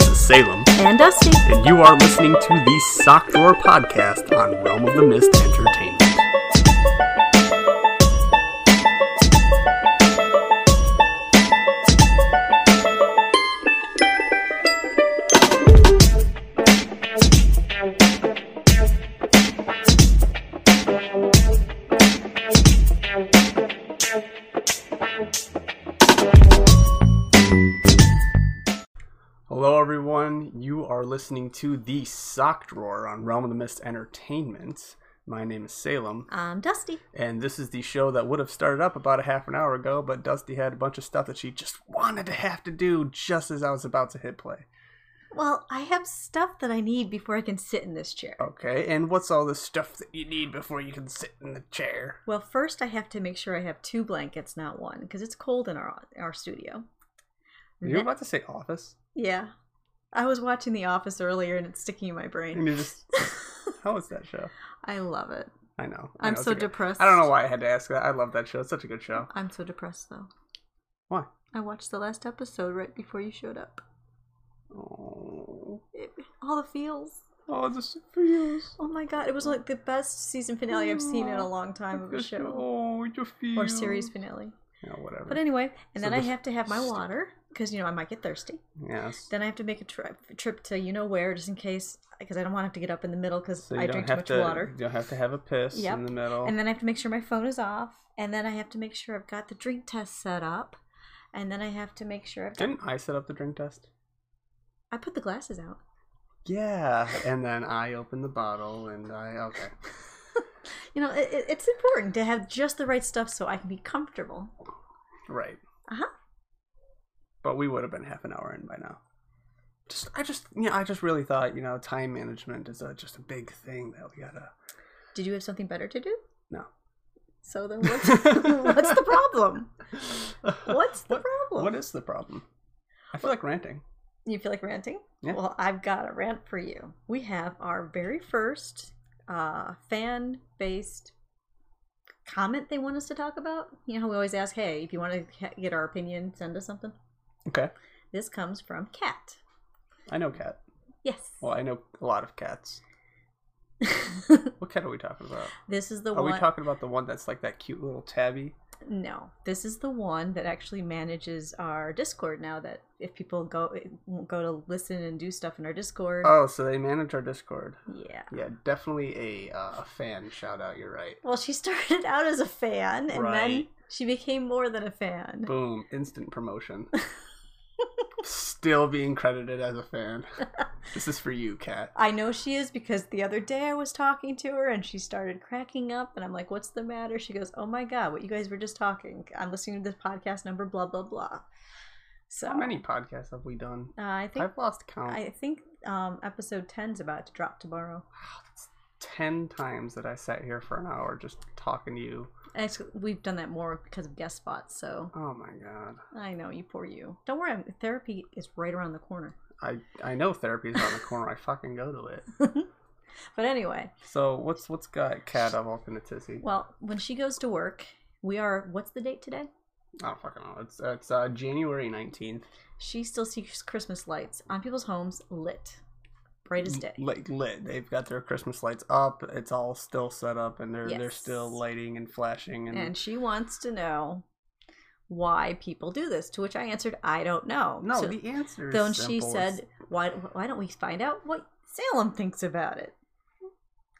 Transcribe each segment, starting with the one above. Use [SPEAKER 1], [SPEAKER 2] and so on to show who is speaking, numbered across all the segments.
[SPEAKER 1] Salem,
[SPEAKER 2] and Dusty.
[SPEAKER 1] and you are listening to the Sock Drawer Podcast on Realm of the Mist Entertainment. Hello, everyone. You are listening to the Sock Drawer on Realm of the Mist Entertainment. My name is Salem,
[SPEAKER 2] I'm Dusty.
[SPEAKER 1] and this is the show that would have started up about a half an hour ago, but Dusty had a bunch of stuff that she just wanted to have to do just as I was about to hit play.
[SPEAKER 2] Well, I have stuff that I need before I can sit in this chair.
[SPEAKER 1] Okay, and what's all this stuff that you need before you can sit in the chair?
[SPEAKER 2] Well, first I have to make sure I have two blankets, not one, because it's cold in our our studio.
[SPEAKER 1] Are
[SPEAKER 2] Mm-hmm.
[SPEAKER 1] you about to say office?
[SPEAKER 2] yeah. I was watching The Office earlier and it's sticking in my
[SPEAKER 1] And
[SPEAKER 2] brain.
[SPEAKER 1] you're just, how is that show?
[SPEAKER 2] I love it.
[SPEAKER 1] I know. I
[SPEAKER 2] I'm
[SPEAKER 1] know, it's
[SPEAKER 2] so
[SPEAKER 1] a good-
[SPEAKER 2] depressed.
[SPEAKER 1] I don't know why I had to ask that. I love that show. It's such a good show.
[SPEAKER 2] I'm so depressed though.
[SPEAKER 1] Why?
[SPEAKER 2] I watched the last episode right before you showed up.
[SPEAKER 1] Oh,
[SPEAKER 2] It, all the feels.
[SPEAKER 1] oh this feels.
[SPEAKER 2] Oh my god, it was like the best season finale I've seen in
[SPEAKER 1] Oh,
[SPEAKER 2] a long time of a
[SPEAKER 1] Just-
[SPEAKER 2] show
[SPEAKER 1] Oh, it just
[SPEAKER 2] or
[SPEAKER 1] feels-
[SPEAKER 2] series finale.
[SPEAKER 1] Yeah, whatever.
[SPEAKER 2] But anyway, and
[SPEAKER 1] So
[SPEAKER 2] then I
[SPEAKER 1] this-
[SPEAKER 2] have to have my water because you know I might get thirsty.
[SPEAKER 1] yes.
[SPEAKER 2] Then I have to make a trip trip to you know where just in case because I don't want to have to get up in the middle because
[SPEAKER 1] So you
[SPEAKER 2] I
[SPEAKER 1] don't
[SPEAKER 2] drink too
[SPEAKER 1] have
[SPEAKER 2] much
[SPEAKER 1] to.
[SPEAKER 2] water.
[SPEAKER 1] You don't have to have a piss
[SPEAKER 2] Yep.
[SPEAKER 1] in the middle.
[SPEAKER 2] And then I have to make sure my phone is off, and then I have to make sure I've got the drink test set up, and then I have to make sure I've got,
[SPEAKER 1] Didn't I set up the drink test?
[SPEAKER 2] I put the glasses out.
[SPEAKER 1] Yeah. And then I opened the bottle and I okay.
[SPEAKER 2] You know, it, it- it's important to have just the right stuff so I can be comfortable.
[SPEAKER 1] Right.
[SPEAKER 2] Uh-huh.
[SPEAKER 1] But we would have been half an hour in by now. Just I just you know, I just really thought, you know, time management is a, just a big thing that we gotta
[SPEAKER 2] Did you have something better to do?
[SPEAKER 1] No.
[SPEAKER 2] So then, what's, what's the problem? What's the
[SPEAKER 1] What-
[SPEAKER 2] problem?
[SPEAKER 1] What is the problem? I feel like ranting.
[SPEAKER 2] You feel like ranting?
[SPEAKER 1] Yeah.
[SPEAKER 2] Well, I've got a rant for you. We have our very first uh, fan based comment they want us to talk about. You know how we always ask, hey, if you want to ha- get our opinion, send us something?
[SPEAKER 1] Okay.
[SPEAKER 2] This comes from Kat.
[SPEAKER 1] I know cat.
[SPEAKER 2] Yes.
[SPEAKER 1] Well, I know a lot of cats. What cat are we talking about?
[SPEAKER 2] this is the
[SPEAKER 1] Are
[SPEAKER 2] one.
[SPEAKER 1] we talking about the one that's like that cute little tabby?
[SPEAKER 2] no, this is the one that actually manages our Discord now that if people go go to listen and do stuff in our Discord.
[SPEAKER 1] Oh, so they manage our Discord.
[SPEAKER 2] yeah.
[SPEAKER 1] Yeah, definitely a uh, a fan shout out. You're right.
[SPEAKER 2] Well, she started out as a fan and then
[SPEAKER 1] Right.
[SPEAKER 2] she became more than a fan.
[SPEAKER 1] Boom! Instant promotion. Still being credited as a fan. this is for you, Kat.
[SPEAKER 2] I know she is because the other day I was talking to her and she started cracking up and I'm like, "What's the matter?" She goes, "Oh my god, what you guys were just talking. I'm listening to this podcast number blah blah blah." So
[SPEAKER 1] How many podcasts have we done?
[SPEAKER 2] Uh, I think
[SPEAKER 1] I've lost count.
[SPEAKER 2] I think um, episode 10's about to drop tomorrow.
[SPEAKER 1] Ah, Ten times that I sat here for an hour just talking to you.
[SPEAKER 2] Actually, we've done that more because of guest spots. So
[SPEAKER 1] Oh my god.
[SPEAKER 2] I know you, poor you. Don't worry, I'm- therapy is right around the corner.
[SPEAKER 1] I I know therapy's on the corner. I fucking go to it.
[SPEAKER 2] But anyway,
[SPEAKER 1] So what's what's got Kat of Alternatissy?
[SPEAKER 2] well, when she goes to work, we are. What's the date today?
[SPEAKER 1] I don't fucking know. It's it's uh, January nineteenth.
[SPEAKER 2] She still sees Christmas lights on people's homes lit, brightest day.
[SPEAKER 1] like lit. They've got their Christmas lights up. It's all still set up, and they're they're
[SPEAKER 2] Yes.
[SPEAKER 1] still lighting and flashing. And,
[SPEAKER 2] And she wants to know why people do this. To which I answered, I don't know.
[SPEAKER 1] no,
[SPEAKER 2] So
[SPEAKER 1] the answer is
[SPEAKER 2] then
[SPEAKER 1] simple.
[SPEAKER 2] she
[SPEAKER 1] It's-
[SPEAKER 2] said, why, why don't we find out what Salem thinks about it?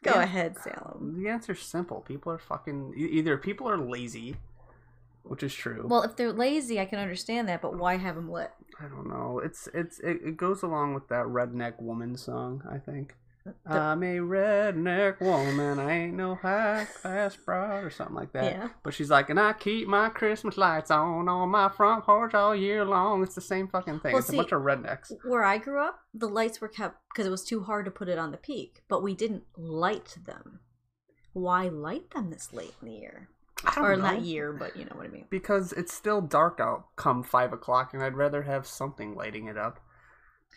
[SPEAKER 2] Go
[SPEAKER 1] Yeah.
[SPEAKER 2] ahead, Salem.
[SPEAKER 1] the answer's simple. People are fucking e- either people are lazy, which is true.
[SPEAKER 2] Well, if they're lazy, I can understand that, but why have them lit?
[SPEAKER 1] I don't know. It's it's it, it goes along with that redneck woman song. I think. I'm a redneck woman. I ain't no high class broad or something like that.
[SPEAKER 2] Yeah.
[SPEAKER 1] But she's like, and I keep my Christmas lights on on my front porch all year long. It's the same fucking thing.
[SPEAKER 2] Well,
[SPEAKER 1] it's
[SPEAKER 2] see-
[SPEAKER 1] a bunch of rednecks.
[SPEAKER 2] Where I grew up, the lights were kept because it was too hard to put it on the peak, but we didn't light them. Why light them this late in the year?
[SPEAKER 1] I don't
[SPEAKER 2] Or
[SPEAKER 1] know.
[SPEAKER 2] not year, but you know what I mean.
[SPEAKER 1] because it's still dark out come five o'clock, and I'd rather have something lighting it up.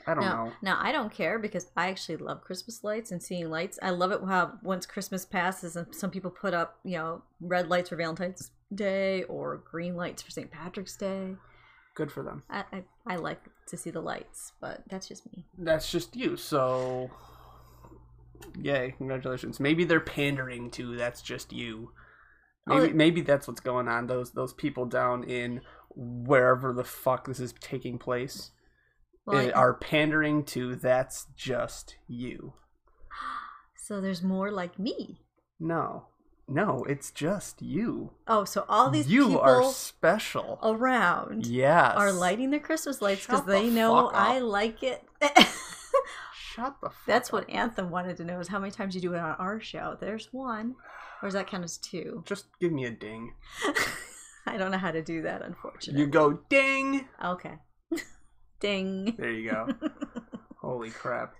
[SPEAKER 1] I don't
[SPEAKER 2] Now,
[SPEAKER 1] know.
[SPEAKER 2] now I don't care because I actually love Christmas lights and seeing lights. I love it how once Christmas passes and some people put up, you know, red lights for Valentine's Day or green lights for St. Patrick's Day.
[SPEAKER 1] Good for them.
[SPEAKER 2] I, I I like to see the lights, but that's just me.
[SPEAKER 1] That's just you. So, yay! Congratulations. Maybe they're pandering to that's just you.
[SPEAKER 2] Oh,
[SPEAKER 1] Maybe
[SPEAKER 2] it-
[SPEAKER 1] maybe that's what's going on. Those those people down in wherever the fuck this is taking place
[SPEAKER 2] Well, I-
[SPEAKER 1] eh, are pandering to that's just you.
[SPEAKER 2] so there's more like me.
[SPEAKER 1] No, no, it's just you.
[SPEAKER 2] Oh, so all these
[SPEAKER 1] you
[SPEAKER 2] people
[SPEAKER 1] are special.
[SPEAKER 2] around
[SPEAKER 1] yes.
[SPEAKER 2] are lighting their Christmas lights because
[SPEAKER 1] Shut the
[SPEAKER 2] they know
[SPEAKER 1] fuck up.
[SPEAKER 2] I like it.
[SPEAKER 1] Shut the. Fuck
[SPEAKER 2] That's
[SPEAKER 1] up.
[SPEAKER 2] what Anthem wanted to know is how many times you do it on our show. There's one. Or is that count as two?
[SPEAKER 1] Just give me a ding.
[SPEAKER 2] I don't know how to do that, unfortunately.
[SPEAKER 1] You go ding.
[SPEAKER 2] Okay. Ding.
[SPEAKER 1] There you go. Holy crap.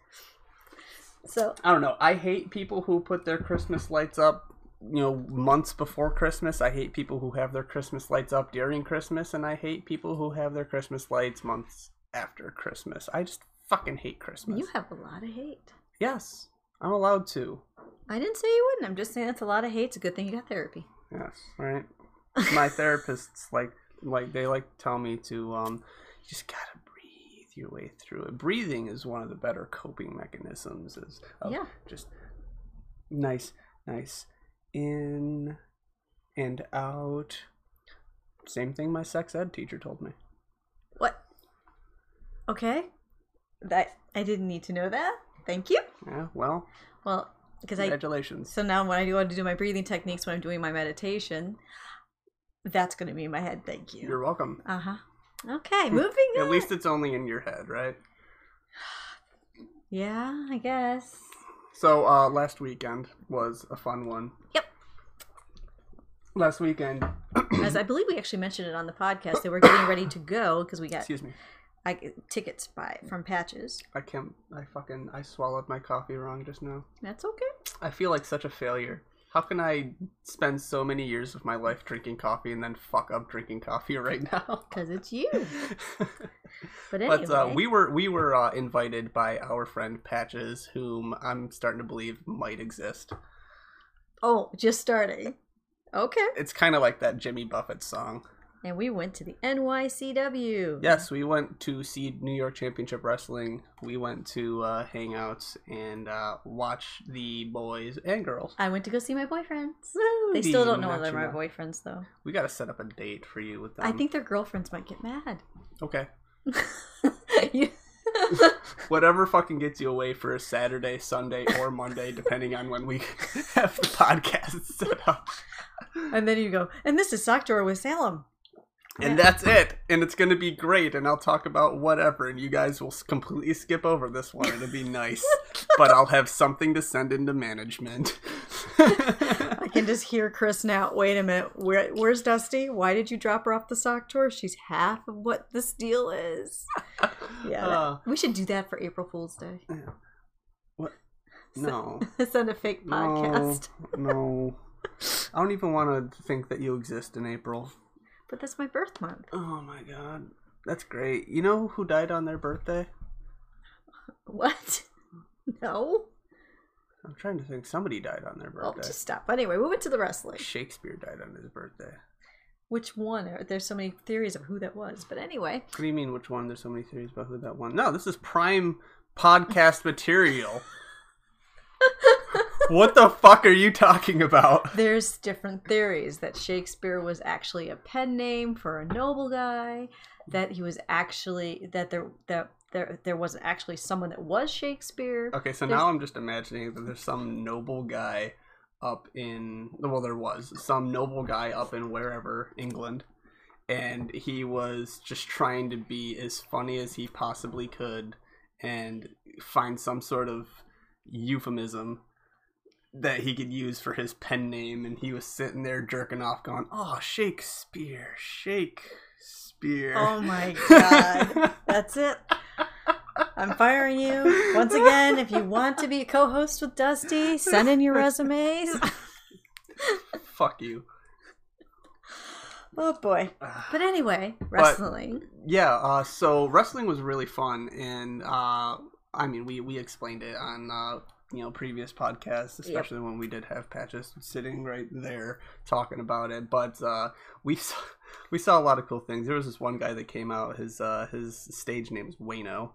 [SPEAKER 2] So,
[SPEAKER 1] I don't know. I hate people who put their Christmas lights up, you know, months before Christmas. I hate people who have their Christmas lights up during Christmas, and I hate people who have their Christmas lights months after Christmas. I just fucking hate Christmas.
[SPEAKER 2] you have a lot of hate.
[SPEAKER 1] yes, I'm allowed to.
[SPEAKER 2] I didn't say you wouldn't. I'm just saying that's a lot of hate. It's a good thing you got therapy.
[SPEAKER 1] Yes, right. My therapists like like they like tell me to um you just gotta breathe your way through it. Breathing is one of the better coping mechanisms is of
[SPEAKER 2] Yeah.
[SPEAKER 1] just nice nice in and out. Same thing my sex ed teacher told me.
[SPEAKER 2] What? Okay. That I didn't need to know that. Thank you.
[SPEAKER 1] Yeah, well,
[SPEAKER 2] Well, because I
[SPEAKER 1] congratulations.
[SPEAKER 2] So now when I do want to do my breathing techniques when I'm doing my meditation, that's going to be in my head. Thank you.
[SPEAKER 1] You're welcome.
[SPEAKER 2] Uh huh. Okay, moving on.
[SPEAKER 1] At least it's only in your head, right?
[SPEAKER 2] Yeah, I guess.
[SPEAKER 1] So uh, last weekend was a fun one.
[SPEAKER 2] Yep.
[SPEAKER 1] Last weekend,
[SPEAKER 2] As I believe we actually mentioned it on the podcast that we're getting ready to go because we got
[SPEAKER 1] excuse me,
[SPEAKER 2] I, tickets by from Patches.
[SPEAKER 1] I can't. I fucking I swallowed my coffee wrong just now.
[SPEAKER 2] That's okay.
[SPEAKER 1] I feel like such a failure. How can I spend so many years of my life drinking coffee and then fuck up drinking coffee right now?
[SPEAKER 2] Because it's you. But anyway.
[SPEAKER 1] But uh, we were we were uh, invited by our friend Patches, whom I'm starting to believe might exist.
[SPEAKER 2] oh, just starting. Okay.
[SPEAKER 1] It's kind of like that Jimmy Buffett song.
[SPEAKER 2] And we went to the NYCW.
[SPEAKER 1] Yes, we went to see New York Championship Wrestling. We went to uh, Hangouts and uh, watch the boys and girls.
[SPEAKER 2] I went to go see my boyfriends. They still don't know whether they're my
[SPEAKER 1] boys.
[SPEAKER 2] boyfriends, though.
[SPEAKER 1] We gotta set up a date for you with them.
[SPEAKER 2] I think their girlfriends might get mad.
[SPEAKER 1] Okay.
[SPEAKER 2] You-
[SPEAKER 1] Whatever fucking gets you away for a Saturday, Sunday, or Monday, depending on when we have the podcast set up.
[SPEAKER 2] and then you go, and this is Sock Drawer with Salem.
[SPEAKER 1] And that's it. And it's gonna be great. And I'll talk about whatever. And you guys will s- completely skip over this one. It'll be nice. but I'll have something to send into management.
[SPEAKER 2] I can just hear Chris now. Wait a minute. Where, where's Dusty? Why did you drop her off the sock drawer? She's half of what this deal is. Yeah. that-
[SPEAKER 1] Uh,
[SPEAKER 2] we should do that for April Fool's Day.
[SPEAKER 1] no.
[SPEAKER 2] Send a fake
[SPEAKER 1] No.
[SPEAKER 2] podcast.
[SPEAKER 1] No. I don't even want to think that you exist in April.
[SPEAKER 2] But that's my birth month.
[SPEAKER 1] Oh my god. That's great. You know who died on their birthday?
[SPEAKER 2] What? No.
[SPEAKER 1] I'm trying to think. Somebody died on their
[SPEAKER 2] Well,
[SPEAKER 1] birthday.
[SPEAKER 2] Oh, just stop. Anyway, we went to the wrestling.
[SPEAKER 1] Shakespeare died on his birthday.
[SPEAKER 2] Which one? There's so many theories of who that was. But anyway.
[SPEAKER 1] What do you mean, which one? There's so many theories about who that one. No, this is prime podcast material. what the fuck are you talking about?
[SPEAKER 2] There's different theories that Shakespeare was actually a pen name for a noble guy, that he was actually that there that there there was actually someone that was Shakespeare.
[SPEAKER 1] Okay, so now I'm just imagining that there's some noble guy up in well there was some noble guy up in wherever England and he was just trying to be as funny as he possibly could and find some sort of euphemism that he could use for his pen name and he was sitting there jerking off going oh Shakespeare Shakespeare
[SPEAKER 2] Oh my god. That's it. I'm firing you. Once again, if you want to be a co-host with Dusty, send in your resumes.
[SPEAKER 1] fuck you
[SPEAKER 2] Oh boy. But anyway, wrestling.
[SPEAKER 1] yeah uh, so wrestling was really fun and uh, I mean, we we explained it on uh, you know previous podcasts, especially when we did have patches sitting right there talking about it. But uh, we saw, we saw a lot of cool things. There was this one guy that came out. His uh, his stage name is Wayno,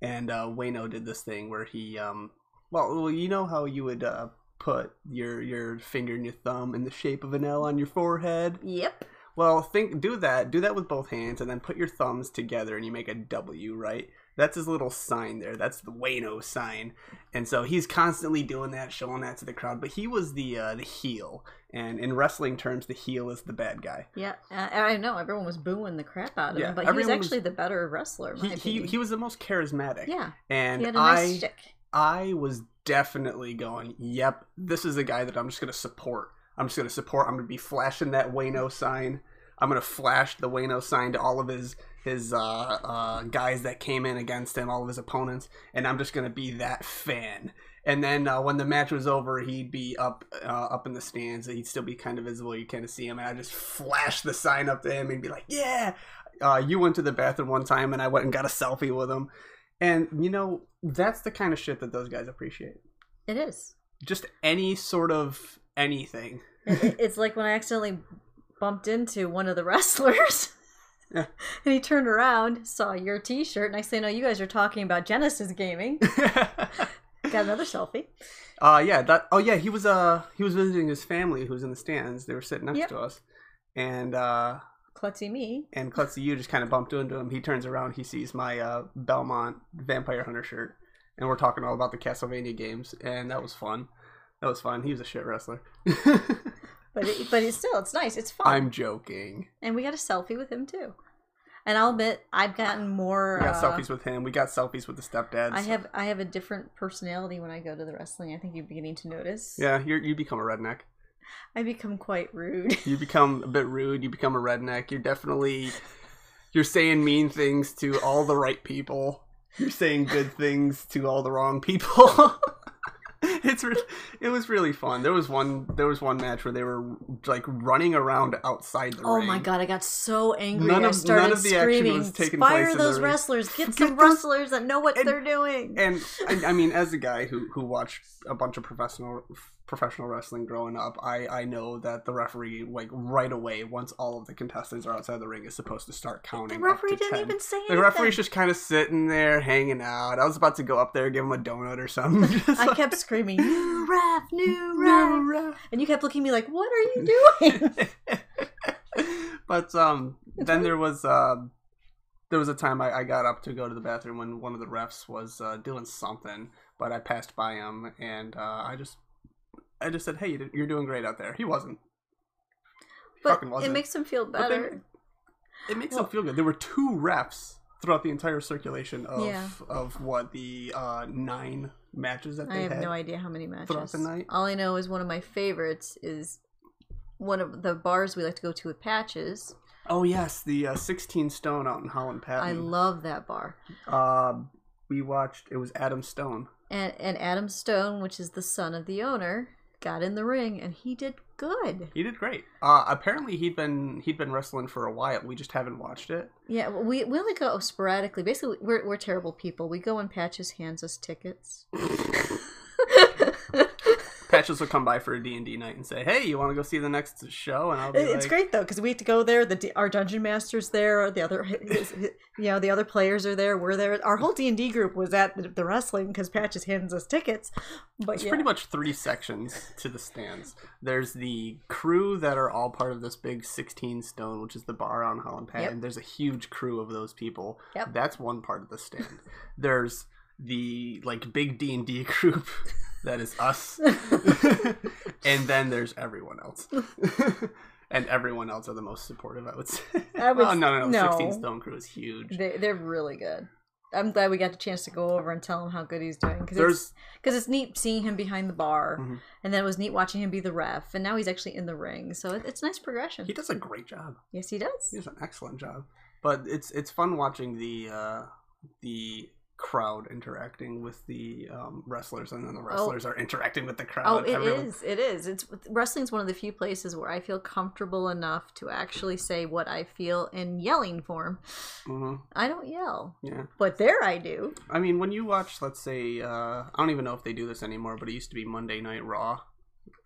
[SPEAKER 1] and uh, Wayno did this thing where he um well well you know how you would uh, put your your finger and your thumb in the shape of an L on your forehead.
[SPEAKER 2] Yep.
[SPEAKER 1] Well, think do that. Do that with both hands, and then put your thumbs together, and you make a W, right? That's his little sign there. That's the Wayno sign, and so he's constantly doing that, showing that to the crowd. But he was the uh, the heel, and in wrestling terms, the heel is the bad guy.
[SPEAKER 2] Yeah, uh, I know everyone was booing the crap out of
[SPEAKER 1] Yeah,
[SPEAKER 2] him, but he was
[SPEAKER 1] everyone was-
[SPEAKER 2] actually the better wrestler. in
[SPEAKER 1] He
[SPEAKER 2] my
[SPEAKER 1] he,
[SPEAKER 2] opinion.
[SPEAKER 1] he was the most charismatic.
[SPEAKER 2] yeah,
[SPEAKER 1] and
[SPEAKER 2] he had a
[SPEAKER 1] I
[SPEAKER 2] nice stick.
[SPEAKER 1] I was definitely going, yep, this is a guy that I'm just going to support. I'm just going to support. I'm going to be flashing that Wayno sign. I'm going to flash the Wayno sign to all of his his uh, uh, guys that came in against him, all of his opponents, and I'm just going to be that fan. And then uh, when the match was over, he'd be up uh, up in the stands. He'd still be kind of visible. You kind of see him, and I just flash the sign up to him and be like, "Yeah." Uh, you went to the bathroom one time, and I went and got a selfie with him. And you know, that's the kind of shit that those guys appreciate.
[SPEAKER 2] It is.
[SPEAKER 1] Just any sort of anything.
[SPEAKER 2] It- it- it's like when I accidentally bumped into one of the wrestlers.
[SPEAKER 1] Yeah.
[SPEAKER 2] And he turned around, saw your T-shirt, and I say, "No, you guys are talking about Genesis Gaming." Got another selfie.
[SPEAKER 1] uh yeah, that oh yeah, he was uh he was visiting his family who was in the stands. They were sitting next
[SPEAKER 2] Yep.
[SPEAKER 1] to us. And uh
[SPEAKER 2] Klutzy me.
[SPEAKER 1] and Klutzy you just kinda bumped into him. He turns around, he sees my uh Belmont Vampire Hunter shirt. And we're talking all about the Castlevania games, and that was fun. That was fun. He was a shit wrestler.
[SPEAKER 2] But it, but it's still, it's nice. It's fun.
[SPEAKER 1] I'm joking.
[SPEAKER 2] And we got a selfie with him too. And I'll admit, I've gotten more.
[SPEAKER 1] We got
[SPEAKER 2] uh,
[SPEAKER 1] selfies with him. We got selfies with the stepdads.
[SPEAKER 2] I have I have a different personality when I go to the wrestling. I think you're beginning to notice.
[SPEAKER 1] yeah, you're, you become a redneck.
[SPEAKER 2] I become quite rude.
[SPEAKER 1] you become a bit rude you become a redneck you're definitely you're saying mean things to all the right people you're saying good things to all the wrong people it's re- it was really fun there was one there was one match where they were like running around outside the
[SPEAKER 2] Oh
[SPEAKER 1] ring
[SPEAKER 2] my god, I got so angry.
[SPEAKER 1] None
[SPEAKER 2] I
[SPEAKER 1] of-
[SPEAKER 2] started
[SPEAKER 1] none of the action
[SPEAKER 2] screaming,
[SPEAKER 1] was taking
[SPEAKER 2] Fire
[SPEAKER 1] place in the
[SPEAKER 2] those
[SPEAKER 1] ring."
[SPEAKER 2] wrestlers. Get
[SPEAKER 1] Get
[SPEAKER 2] some
[SPEAKER 1] those-
[SPEAKER 2] wrestlers that know what
[SPEAKER 1] and-
[SPEAKER 2] they're doing.
[SPEAKER 1] and I, I mean as a guy who who watched a bunch of professional professional wrestling growing up i i know that the referee like right away once all of the contestants are outside the ring is supposed to start counting
[SPEAKER 2] the
[SPEAKER 1] up
[SPEAKER 2] referee
[SPEAKER 1] to
[SPEAKER 2] didn't
[SPEAKER 1] 10.
[SPEAKER 2] even say anything.
[SPEAKER 1] The referee's just kind of sitting there, hanging out. I was about to go up there, give him a donut or something. Just
[SPEAKER 2] I
[SPEAKER 1] like,
[SPEAKER 2] kept screaming, new ref, new
[SPEAKER 1] "No,
[SPEAKER 2] ref.
[SPEAKER 1] ref."
[SPEAKER 2] And you kept looking at me like, what are you doing?
[SPEAKER 1] but um,
[SPEAKER 2] It's
[SPEAKER 1] then
[SPEAKER 2] fine.
[SPEAKER 1] there was um, there was a time I, I got up to go to the bathroom when one of the refs was uh, doing something, but I passed by him and uh, I just I just said, "Hey, you did- you're doing great out there." He wasn't. He
[SPEAKER 2] but
[SPEAKER 1] fucking wasn't.
[SPEAKER 2] it makes them feel
[SPEAKER 1] But then-
[SPEAKER 2] better.
[SPEAKER 1] it makes
[SPEAKER 2] Well-
[SPEAKER 1] them feel good. There were two refs throughout the entire circulation of
[SPEAKER 2] Yeah.
[SPEAKER 1] of what the uh, nine matches that
[SPEAKER 2] I
[SPEAKER 1] they
[SPEAKER 2] have
[SPEAKER 1] had.
[SPEAKER 2] no idea how many matches.
[SPEAKER 1] the night.
[SPEAKER 2] All I know is one of my favorites is one of the bars we like to go to with patches.
[SPEAKER 1] Oh yes, the uh, 16 Stone out in Holland Patton.
[SPEAKER 2] I love that bar.
[SPEAKER 1] Um, we watched. It was Adam Stone.
[SPEAKER 2] And and Adam Stone, which is the son of the owner, got in the ring and he did good.
[SPEAKER 1] He did great. Uh, apparently he'd been he'd been wrestling for a while. We just haven't watched it.
[SPEAKER 2] Yeah, well, we we only go sporadically. Basically, we're we're terrible people. We go and Patches hands us tickets.
[SPEAKER 1] Patches will come by for a D and D night and say, "Hey, you want to go see the next show?" And I'll be
[SPEAKER 2] It's
[SPEAKER 1] like,
[SPEAKER 2] great though because we have to go there. The D- our dungeon master's there. The other, his, his- you know, the other players are there. We're there. Our whole D and D group was at the, the wrestling because Patches hands us tickets. But
[SPEAKER 1] It's
[SPEAKER 2] yeah,
[SPEAKER 1] pretty much three sections to the stands. There's the crew that are all part of this big 16 stone, which is the bar on Holland Pat,
[SPEAKER 2] Yep.
[SPEAKER 1] and there's a huge crew of those people.
[SPEAKER 2] Yep.
[SPEAKER 1] That's one part of the stand. there's the like big D&D group that is us. and then there's everyone else. and everyone else are the most supportive, I would say.
[SPEAKER 2] I would-
[SPEAKER 1] oh, no, no, no.
[SPEAKER 2] no.
[SPEAKER 1] 16 stone crew is huge.
[SPEAKER 2] they, they're really good. I'm glad we got the chance to go over and tell him how good he's doing because
[SPEAKER 1] There's
[SPEAKER 2] because it's neat seeing him behind the bar,
[SPEAKER 1] Mhm.
[SPEAKER 2] and then it was neat watching him be the ref, and now he's actually in the ring. So it, it's nice progression.
[SPEAKER 1] he does a great job.
[SPEAKER 2] yes, he does.
[SPEAKER 1] He does an excellent job. But it's it's fun watching the uh, the crowd interacting with the um, wrestlers, and then the wrestlers are interacting with the
[SPEAKER 2] Oh,
[SPEAKER 1] crowd.
[SPEAKER 2] it
[SPEAKER 1] Everyone-
[SPEAKER 2] is. It is. It's wrestling's one of the few places where I feel comfortable enough to actually say what I feel in yelling form.
[SPEAKER 1] Mhm.
[SPEAKER 2] I don't yell,
[SPEAKER 1] Yeah.
[SPEAKER 2] but there I do.
[SPEAKER 1] I mean, when you watch, let's say, uh, I don't even know if they do this anymore, but it used to be Monday Night Raw.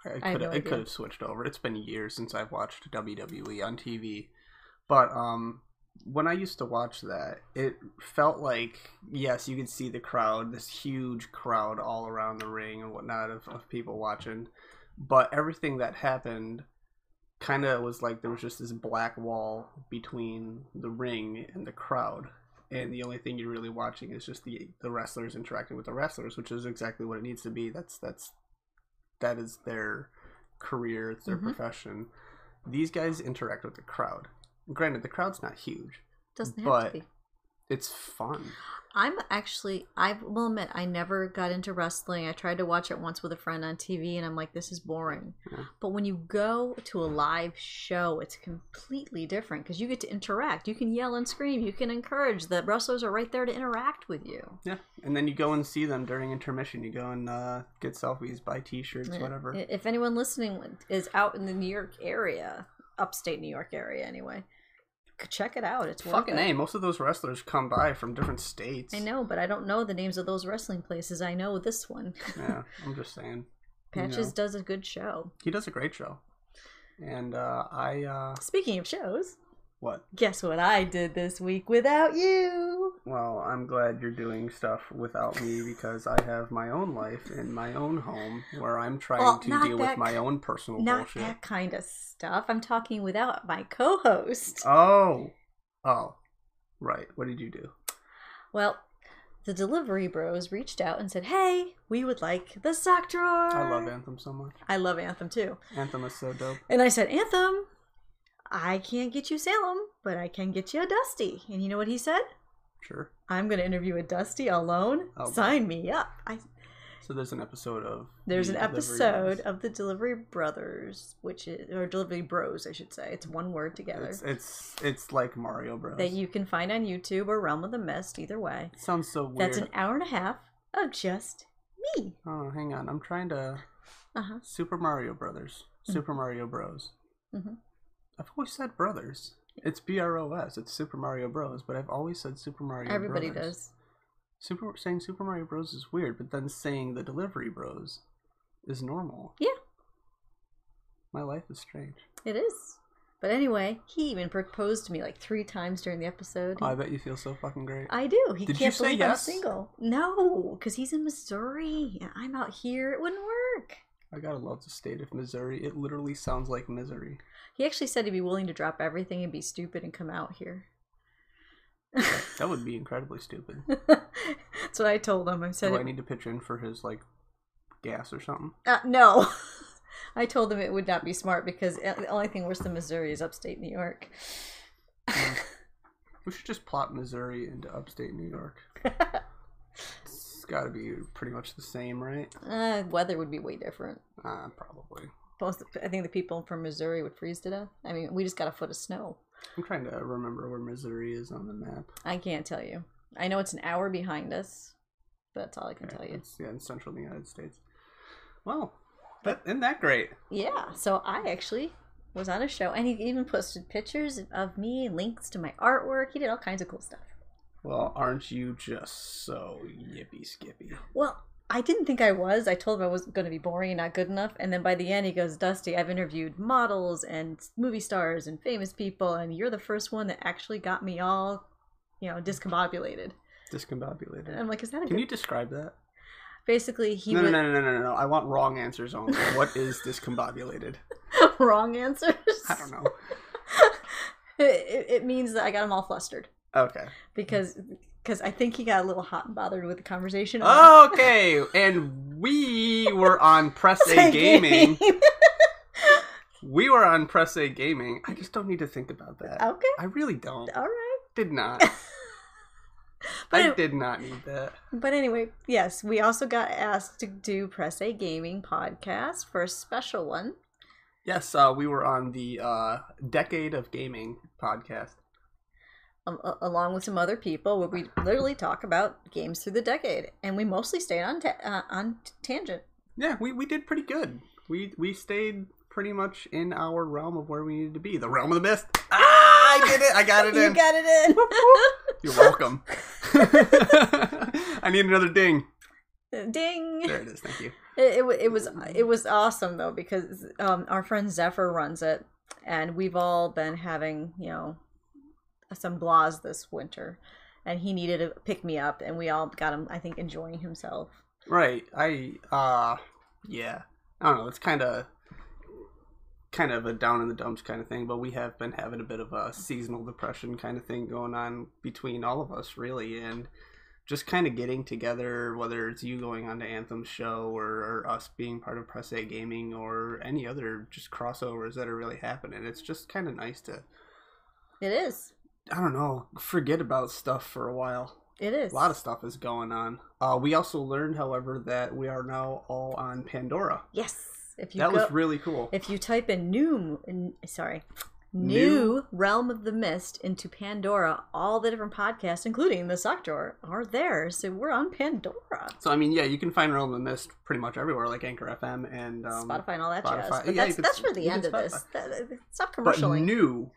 [SPEAKER 2] I
[SPEAKER 1] I
[SPEAKER 2] have
[SPEAKER 1] could
[SPEAKER 2] no
[SPEAKER 1] it
[SPEAKER 2] idea.
[SPEAKER 1] could have switched over. It's been years since I've watched WWE on TV, but um, when I used to watch that, it felt like yes, you could see the crowd, this huge crowd all around the ring and whatnot of, of people watching, but everything that happened kind of was like there was just this black wall between the ring and the crowd and the only thing you're really watching is just the the wrestlers interacting with the wrestlers, which is exactly what it needs to be. That's that's that is their career, it's their
[SPEAKER 2] Mhm.
[SPEAKER 1] profession. These guys interact with the crowd. Granted, the crowd's not huge.
[SPEAKER 2] Doesn't have
[SPEAKER 1] But-
[SPEAKER 2] to be.
[SPEAKER 1] It's fun.
[SPEAKER 2] I'm actually, I will admit, I never got into wrestling. I tried to watch it once with a friend on TV, and I'm like, this is boring.
[SPEAKER 1] Yeah.
[SPEAKER 2] But when you go to a live show, it's completely different because you get to interact. You can yell and scream. You can encourage. The wrestlers are right there to interact with you.
[SPEAKER 1] Yeah. And then you go and see them during intermission. You go and uh, get selfies, buy T-shirts,
[SPEAKER 2] Yeah.
[SPEAKER 1] whatever.
[SPEAKER 2] I- If anyone listening is out in the New York area, upstate New York area anyway, c- check it out. It's worth
[SPEAKER 1] Fucking
[SPEAKER 2] it.
[SPEAKER 1] a. Most of those wrestlers come by from different states.
[SPEAKER 2] I know, but I don't know the names of those wrestling places. I know this one.
[SPEAKER 1] Yeah, I'm just saying. You know,
[SPEAKER 2] Patches does a good show.
[SPEAKER 1] he does a great show. And uh, I uh,
[SPEAKER 2] Speaking of shows,
[SPEAKER 1] what?
[SPEAKER 2] guess what I did this week without you?
[SPEAKER 1] Well, I'm glad you're doing stuff without me because I have my own life in my own home where I'm trying
[SPEAKER 2] Well,
[SPEAKER 1] to
[SPEAKER 2] Oh, not
[SPEAKER 1] deal with
[SPEAKER 2] that
[SPEAKER 1] my
[SPEAKER 2] ki-
[SPEAKER 1] own personal
[SPEAKER 2] Not
[SPEAKER 1] Oh, bullshit.
[SPEAKER 2] that kind of stuff. I'm talking without my co host.
[SPEAKER 1] Oh. Oh. Right. What did you do?
[SPEAKER 2] Well, the delivery bros reached out and said, hey, we would like the sock drawer.
[SPEAKER 1] I love
[SPEAKER 2] Uh,
[SPEAKER 1] Anthem so much.
[SPEAKER 2] I love Anthem too.
[SPEAKER 1] Anthem is so dope.
[SPEAKER 2] And I said, Anthem, I can't get you Salem, but I can get you a Dusty. And you know what he said?
[SPEAKER 1] Sure.
[SPEAKER 2] I'm going to interview a Dusty alone.
[SPEAKER 1] Oh.
[SPEAKER 2] Sign me up. I,
[SPEAKER 1] So there's an episode of
[SPEAKER 2] there's an
[SPEAKER 1] the Delivery
[SPEAKER 2] episode
[SPEAKER 1] Bros.
[SPEAKER 2] of the Delivery Brothers, which is, or Delivery Bros, I should say. It's one word together.
[SPEAKER 1] It's it's it's like Mario Bros.
[SPEAKER 2] that you can find on YouTube or Realm of the Mist, either way.
[SPEAKER 1] Sounds so weird.
[SPEAKER 2] That's an e hour and a half of just me.
[SPEAKER 1] Oh, hang on. I'm trying to
[SPEAKER 2] Uh huh.
[SPEAKER 1] Super Mario Brothers.
[SPEAKER 2] Mm.
[SPEAKER 1] Super Mario Bros.
[SPEAKER 2] Mhm.
[SPEAKER 1] I've always said brothers. It's B R O S. It's Super Mario Bros. But I've always said Super Mario.
[SPEAKER 2] Everybody
[SPEAKER 1] Brothers.
[SPEAKER 2] does.
[SPEAKER 1] Super saying Super Mario Bros is weird, but then saying the Delivery Bros is normal.
[SPEAKER 2] Yeah.
[SPEAKER 1] My life is strange.
[SPEAKER 2] It is. But anyway, he even proposed to me like three times during the episode. He
[SPEAKER 1] I bet you feel so fucking great.
[SPEAKER 2] I do. He
[SPEAKER 1] Did you
[SPEAKER 2] can't
[SPEAKER 1] say
[SPEAKER 2] believe
[SPEAKER 1] yes?
[SPEAKER 2] I'm single. No, because he's in Missouri. and I'm out here. It wouldn't work.
[SPEAKER 1] I gotta love the state of Missouri. It literally sounds like misery.
[SPEAKER 2] He actually said he'd be willing to drop everything and be stupid and come out here.
[SPEAKER 1] That would be incredibly stupid.
[SPEAKER 2] That's what I told him. I said,
[SPEAKER 1] Do I need to pitch in for his like gas or something?
[SPEAKER 2] uh, no. I told him it would not be smart because the only thing worse than Missouri is upstate New York.
[SPEAKER 1] We should just plot Missouri into upstate New York. it's gotta be pretty much the same, right?
[SPEAKER 2] Uh, weather would be way different.
[SPEAKER 1] Uh, probably.
[SPEAKER 2] Most, I think the people from Missouri would freeze to death. I mean, we just got a foot of snow.
[SPEAKER 1] I'm trying to remember where Missouri is on the map.
[SPEAKER 2] I can't tell you. I know it's an hour behind us, but that's all I can tell you.
[SPEAKER 1] It's, yeah, in central United States. Well, that isn't that great?
[SPEAKER 2] Yeah, so I actually was on a show, and he even posted pictures of me, links to my artwork. He did all kinds of cool stuff.
[SPEAKER 1] Well, aren't you just so yippy skippy?
[SPEAKER 2] Well, I didn't think I was. I told him I was going to be boring and not good enough. And then by the end, he goes, Dusty, I've interviewed models and movie stars and famous people, and you're the first one that actually got me all, you know, discombobulated. And
[SPEAKER 1] Discombobulated.
[SPEAKER 2] I'm like, is that a
[SPEAKER 1] Can
[SPEAKER 2] good?
[SPEAKER 1] you describe that?
[SPEAKER 2] Basically, Um, he
[SPEAKER 1] No, no,
[SPEAKER 2] was
[SPEAKER 1] no, no, no, no, no. I want wrong answers only. What is discombobulated?
[SPEAKER 2] wrong answers.
[SPEAKER 1] I don't know.
[SPEAKER 2] It, it- it means that I got him all flustered
[SPEAKER 1] Okay.
[SPEAKER 2] because because I think he got a little hot and bothered with the conversation.
[SPEAKER 1] Okay, and we were on Press A Gaming. We were on Press A Gaming. I just don't need to think about that.
[SPEAKER 2] okay.
[SPEAKER 1] I really don't.
[SPEAKER 2] All right.
[SPEAKER 1] Did not.
[SPEAKER 2] But
[SPEAKER 1] I
[SPEAKER 2] it-
[SPEAKER 1] did not need that.
[SPEAKER 2] But anyway, yes, we also got asked to do Press A Gaming podcast for a special one.
[SPEAKER 1] Yes, uh, we were on the uh, Decade of Gaming podcast.
[SPEAKER 2] um, a- along with some other people, where we literally talk about games through the decade, and we mostly stayed on ta- uh, on tangent.
[SPEAKER 1] Yeah, we, we did pretty good. We we stayed pretty much in our realm of where we needed to be. The realm of the mist. Ah, I did it. I got it
[SPEAKER 2] You
[SPEAKER 1] in.
[SPEAKER 2] got it in.
[SPEAKER 1] You're welcome. I need another ding.
[SPEAKER 2] Ding.
[SPEAKER 1] There it is. Thank you.
[SPEAKER 2] It, it, wa- it was
[SPEAKER 1] Mm.
[SPEAKER 2] it was awesome though because um, our friend Zephyr runs it, and we've all been having you know some blahs this winter, and he needed a pick me up, and we all got him. I think enjoying himself.
[SPEAKER 1] Right. I uh yeah. I don't know, it's kinda kind of a down in the dumps kind of thing, but we have been having a bit of a seasonal depression kind of thing going on between all of us really and just kind of getting together, whether it's you going on to Anthem's show or, or us being part of Press A Gaming or any other just crossovers that are really happening. It's just kind of nice to,
[SPEAKER 2] It is.
[SPEAKER 1] I don't know, forget about stuff for a while.
[SPEAKER 2] It is.
[SPEAKER 1] A lot of stuff is going on. Uh, we also learned, however, that we are now all on Pandora.
[SPEAKER 2] yes. If you
[SPEAKER 1] That
[SPEAKER 2] go,
[SPEAKER 1] was really cool.
[SPEAKER 2] if you type in new n- sorry
[SPEAKER 1] New-
[SPEAKER 2] new realm of the mist into Pandora, all the different podcasts, including the sock drawer, are there. So we're on Pandora.
[SPEAKER 1] So I mean, yeah, you can find Realm of the Mist pretty much everywhere, like Anchor FM and um,
[SPEAKER 2] Spotify and all that
[SPEAKER 1] Spotify.
[SPEAKER 2] jazz. But
[SPEAKER 1] Yeah, you
[SPEAKER 2] that's,
[SPEAKER 1] could-
[SPEAKER 2] that's for
[SPEAKER 1] you
[SPEAKER 2] the
[SPEAKER 1] could
[SPEAKER 2] end of this.
[SPEAKER 1] Spotify.
[SPEAKER 2] That- that- Stop
[SPEAKER 1] But
[SPEAKER 2] commercialing.
[SPEAKER 1] new,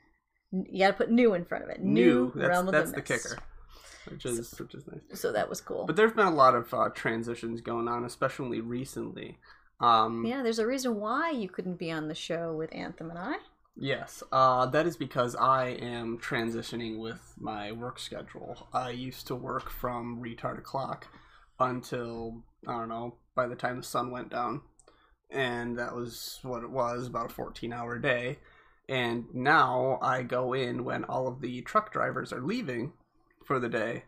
[SPEAKER 2] you got to put new in front of it.
[SPEAKER 1] new.
[SPEAKER 2] New,
[SPEAKER 1] That's,
[SPEAKER 2] realm
[SPEAKER 1] that's
[SPEAKER 2] of
[SPEAKER 1] the,
[SPEAKER 2] the, Mist.
[SPEAKER 1] kicker, which is which is nice.
[SPEAKER 2] So that was cool.
[SPEAKER 1] But there's been a lot of uh, transitions going on, especially recently. Um,
[SPEAKER 2] yeah, there's a reason why you couldn't be on the show with Anthem and I.
[SPEAKER 1] Yes, uh, that is because I am transitioning with my work schedule. I used to work from retard o'clock until, I don't know, by the time the sun went down. And that was what it was, about a 14 hour day. And now I go in when all of the truck drivers are leaving for the day,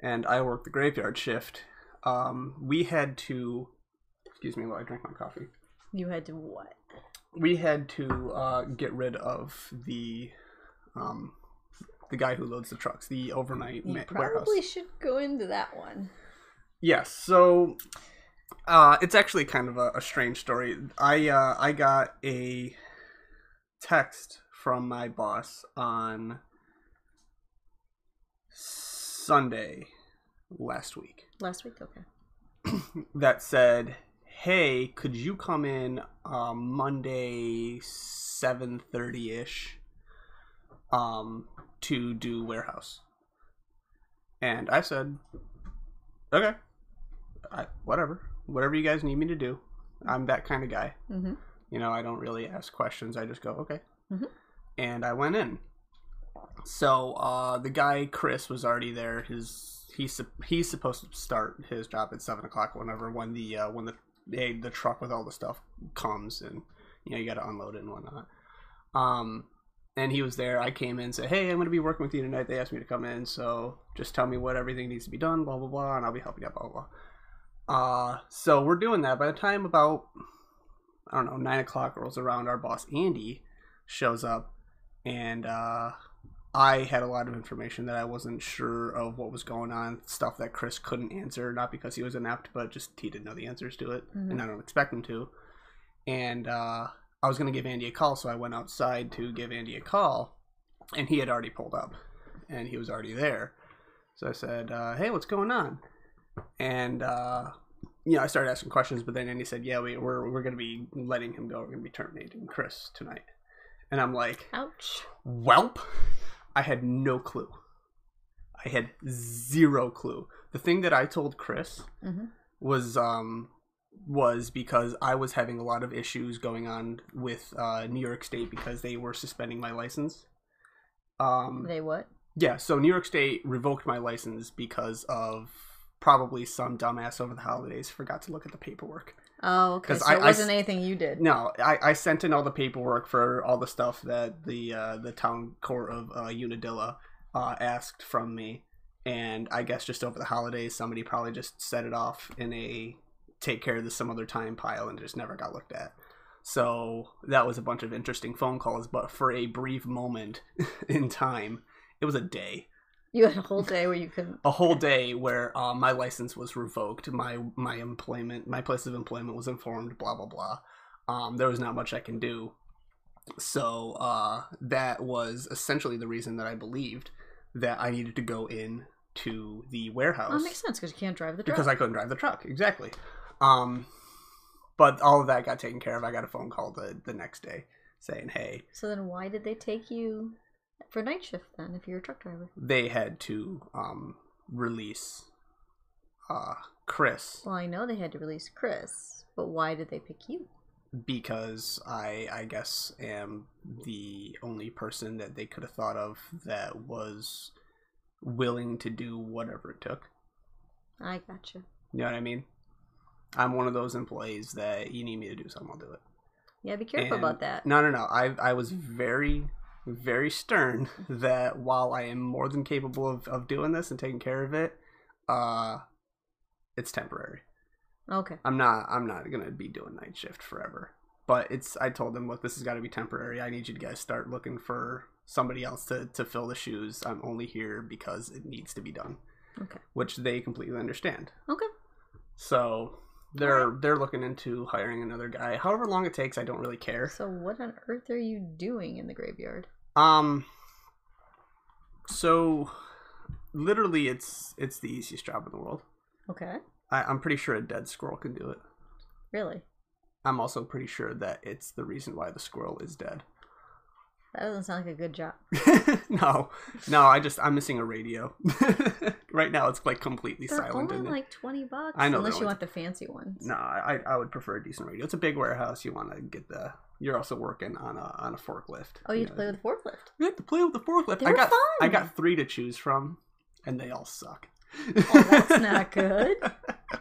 [SPEAKER 1] and I work the graveyard shift. Um, we had to, excuse me while I drink my coffee
[SPEAKER 2] You had to what?
[SPEAKER 1] we had to uh, get rid of the um, the guy who loads the trucks, the overnight
[SPEAKER 2] You
[SPEAKER 1] ma- warehouse.
[SPEAKER 2] probably should go into that one.
[SPEAKER 1] Yes, so uh, it's actually kind of a, a strange story. I uh, I got a text from my boss on Sunday last week
[SPEAKER 2] Last week, okay.
[SPEAKER 1] that said, "Hey, could you come in um, Monday seven thirty ish um, to do warehouse?" And I said, "Okay, I, whatever, whatever you guys need me to do. I'm that kind of guy.
[SPEAKER 2] Mm-hmm.
[SPEAKER 1] You know, I don't really ask questions. I just go, okay."
[SPEAKER 2] Mhm.
[SPEAKER 1] And I went in. So uh, the guy Chris was already there. His he's sup- he's supposed to start his job at seven o'clock. Whenever when the uh, when the eh, the truck with all the stuff comes and you know you got to unload it and whatnot. Um, and he was there. I came in and said, "Hey, I'm going to be working with you tonight. They asked me to come in, so just tell me what everything needs to be done, blah blah blah, and I'll be helping out, blah blah." blah. Uh, so we're doing that. By the time about I don't know nine o'clock rolls around, our boss Andy shows up, and uh, I had a lot of information that I wasn't sure of what was going on, stuff that Chris couldn't answer, not because he was inept, but just he didn't know the answers to it,
[SPEAKER 2] Mhm.
[SPEAKER 1] and I don't expect him to. And uh, I was going to give Andy a call, so I went outside to give Andy a call, and he had already pulled up, and he was already there. So I said, uh, "Hey, what's going on?" And uh, you know, I started asking questions, but then Andy said, "Yeah, we, we're we're going to be letting him go. We're going to be terminating Chris tonight." And I'm like,
[SPEAKER 2] Ouch.
[SPEAKER 1] Welp, I had no clue. I had zero clue. The thing that I told Chris
[SPEAKER 2] Mm-hmm.
[SPEAKER 1] was um was because I was having a lot of issues going on with uh, New York State because they were suspending my license. Um,
[SPEAKER 2] They what?
[SPEAKER 1] yeah, so New York State revoked my license because of probably some dumbass over the holidays forgot to look at the paperwork.
[SPEAKER 2] Oh, okay.
[SPEAKER 1] 'Cause
[SPEAKER 2] So
[SPEAKER 1] I-
[SPEAKER 2] it
[SPEAKER 1] I
[SPEAKER 2] wasn't
[SPEAKER 1] s-
[SPEAKER 2] anything you did.
[SPEAKER 1] No, I, I sent in all the paperwork for all the stuff that the uh, the town court of uh, Unadilla uh, asked from me, and I guess just over the holidays somebody probably just set it off in a take care of this some other time pile and just never got looked at. So that was a bunch of interesting phone calls, but for a brief moment in time, it was a day
[SPEAKER 2] You had a whole day where you couldn't.
[SPEAKER 1] a whole day where uh, my license was revoked. My my employment, my place of employment was informed. Blah blah blah. Um, there was not much I can do. So uh, that was essentially the reason that I believed that I needed to go in to the warehouse
[SPEAKER 2] Well, it Oh, makes sense because you can't drive the truck.
[SPEAKER 1] because I couldn't drive the truck. Exactly. Um, but all of that got taken care of. I got a phone call the, the next day saying, hey,
[SPEAKER 2] So then why did they take you for night shift then if you're a truck driver?
[SPEAKER 1] they had to um, release uh, Chris
[SPEAKER 2] Well, I know they had to release Chris, but why did they pick you?
[SPEAKER 1] because I, I guess, am the only person that they could have thought of that was willing to do whatever it took.
[SPEAKER 2] I gotcha.
[SPEAKER 1] You know what I mean? I'm one of those employees that you need me to do something, I'll do it.
[SPEAKER 2] Yeah, be careful
[SPEAKER 1] And-
[SPEAKER 2] about that.
[SPEAKER 1] No, no, no. I I was very, very stern that while I am more than capable of, of doing this and taking care of it, uh, it's temporary.
[SPEAKER 2] Okay.
[SPEAKER 1] I'm not I'm not gonna be doing night shift forever. But it's I told them, look, this has got to be temporary. I need you to guys start looking for somebody else to to fill the shoes. I'm only here because it needs to be done.
[SPEAKER 2] Okay.
[SPEAKER 1] Which they completely understand.
[SPEAKER 2] Okay.
[SPEAKER 1] So. They're they're looking into hiring another guy. However long it takes, I don't really care.
[SPEAKER 2] So what on earth are you doing in the graveyard?
[SPEAKER 1] Um. So, literally, it's it's the easiest job in the world.
[SPEAKER 2] Okay.
[SPEAKER 1] I, I'm pretty sure a dead squirrel can do it.
[SPEAKER 2] Really?
[SPEAKER 1] I'm also pretty sure that it's the reason why the squirrel is dead.
[SPEAKER 2] That doesn't sound like a good job.
[SPEAKER 1] no, no, I just I'm missing a radio. right now, it's like completely
[SPEAKER 2] They're
[SPEAKER 1] silent.
[SPEAKER 2] only
[SPEAKER 1] And
[SPEAKER 2] like twenty bucks.
[SPEAKER 1] I know
[SPEAKER 2] unless
[SPEAKER 1] they're
[SPEAKER 2] you
[SPEAKER 1] only-
[SPEAKER 2] want the fancy ones.
[SPEAKER 1] no, I I would prefer a decent radio. It's a big warehouse. You want to get the. You're also working on a on a forklift.
[SPEAKER 2] Oh, you
[SPEAKER 1] know,
[SPEAKER 2] have to play with the forklift.
[SPEAKER 1] You have to play with the forklift.
[SPEAKER 2] They're
[SPEAKER 1] I got
[SPEAKER 2] fun.
[SPEAKER 1] I got three to choose from, and they all suck.
[SPEAKER 2] Oh, that's not good.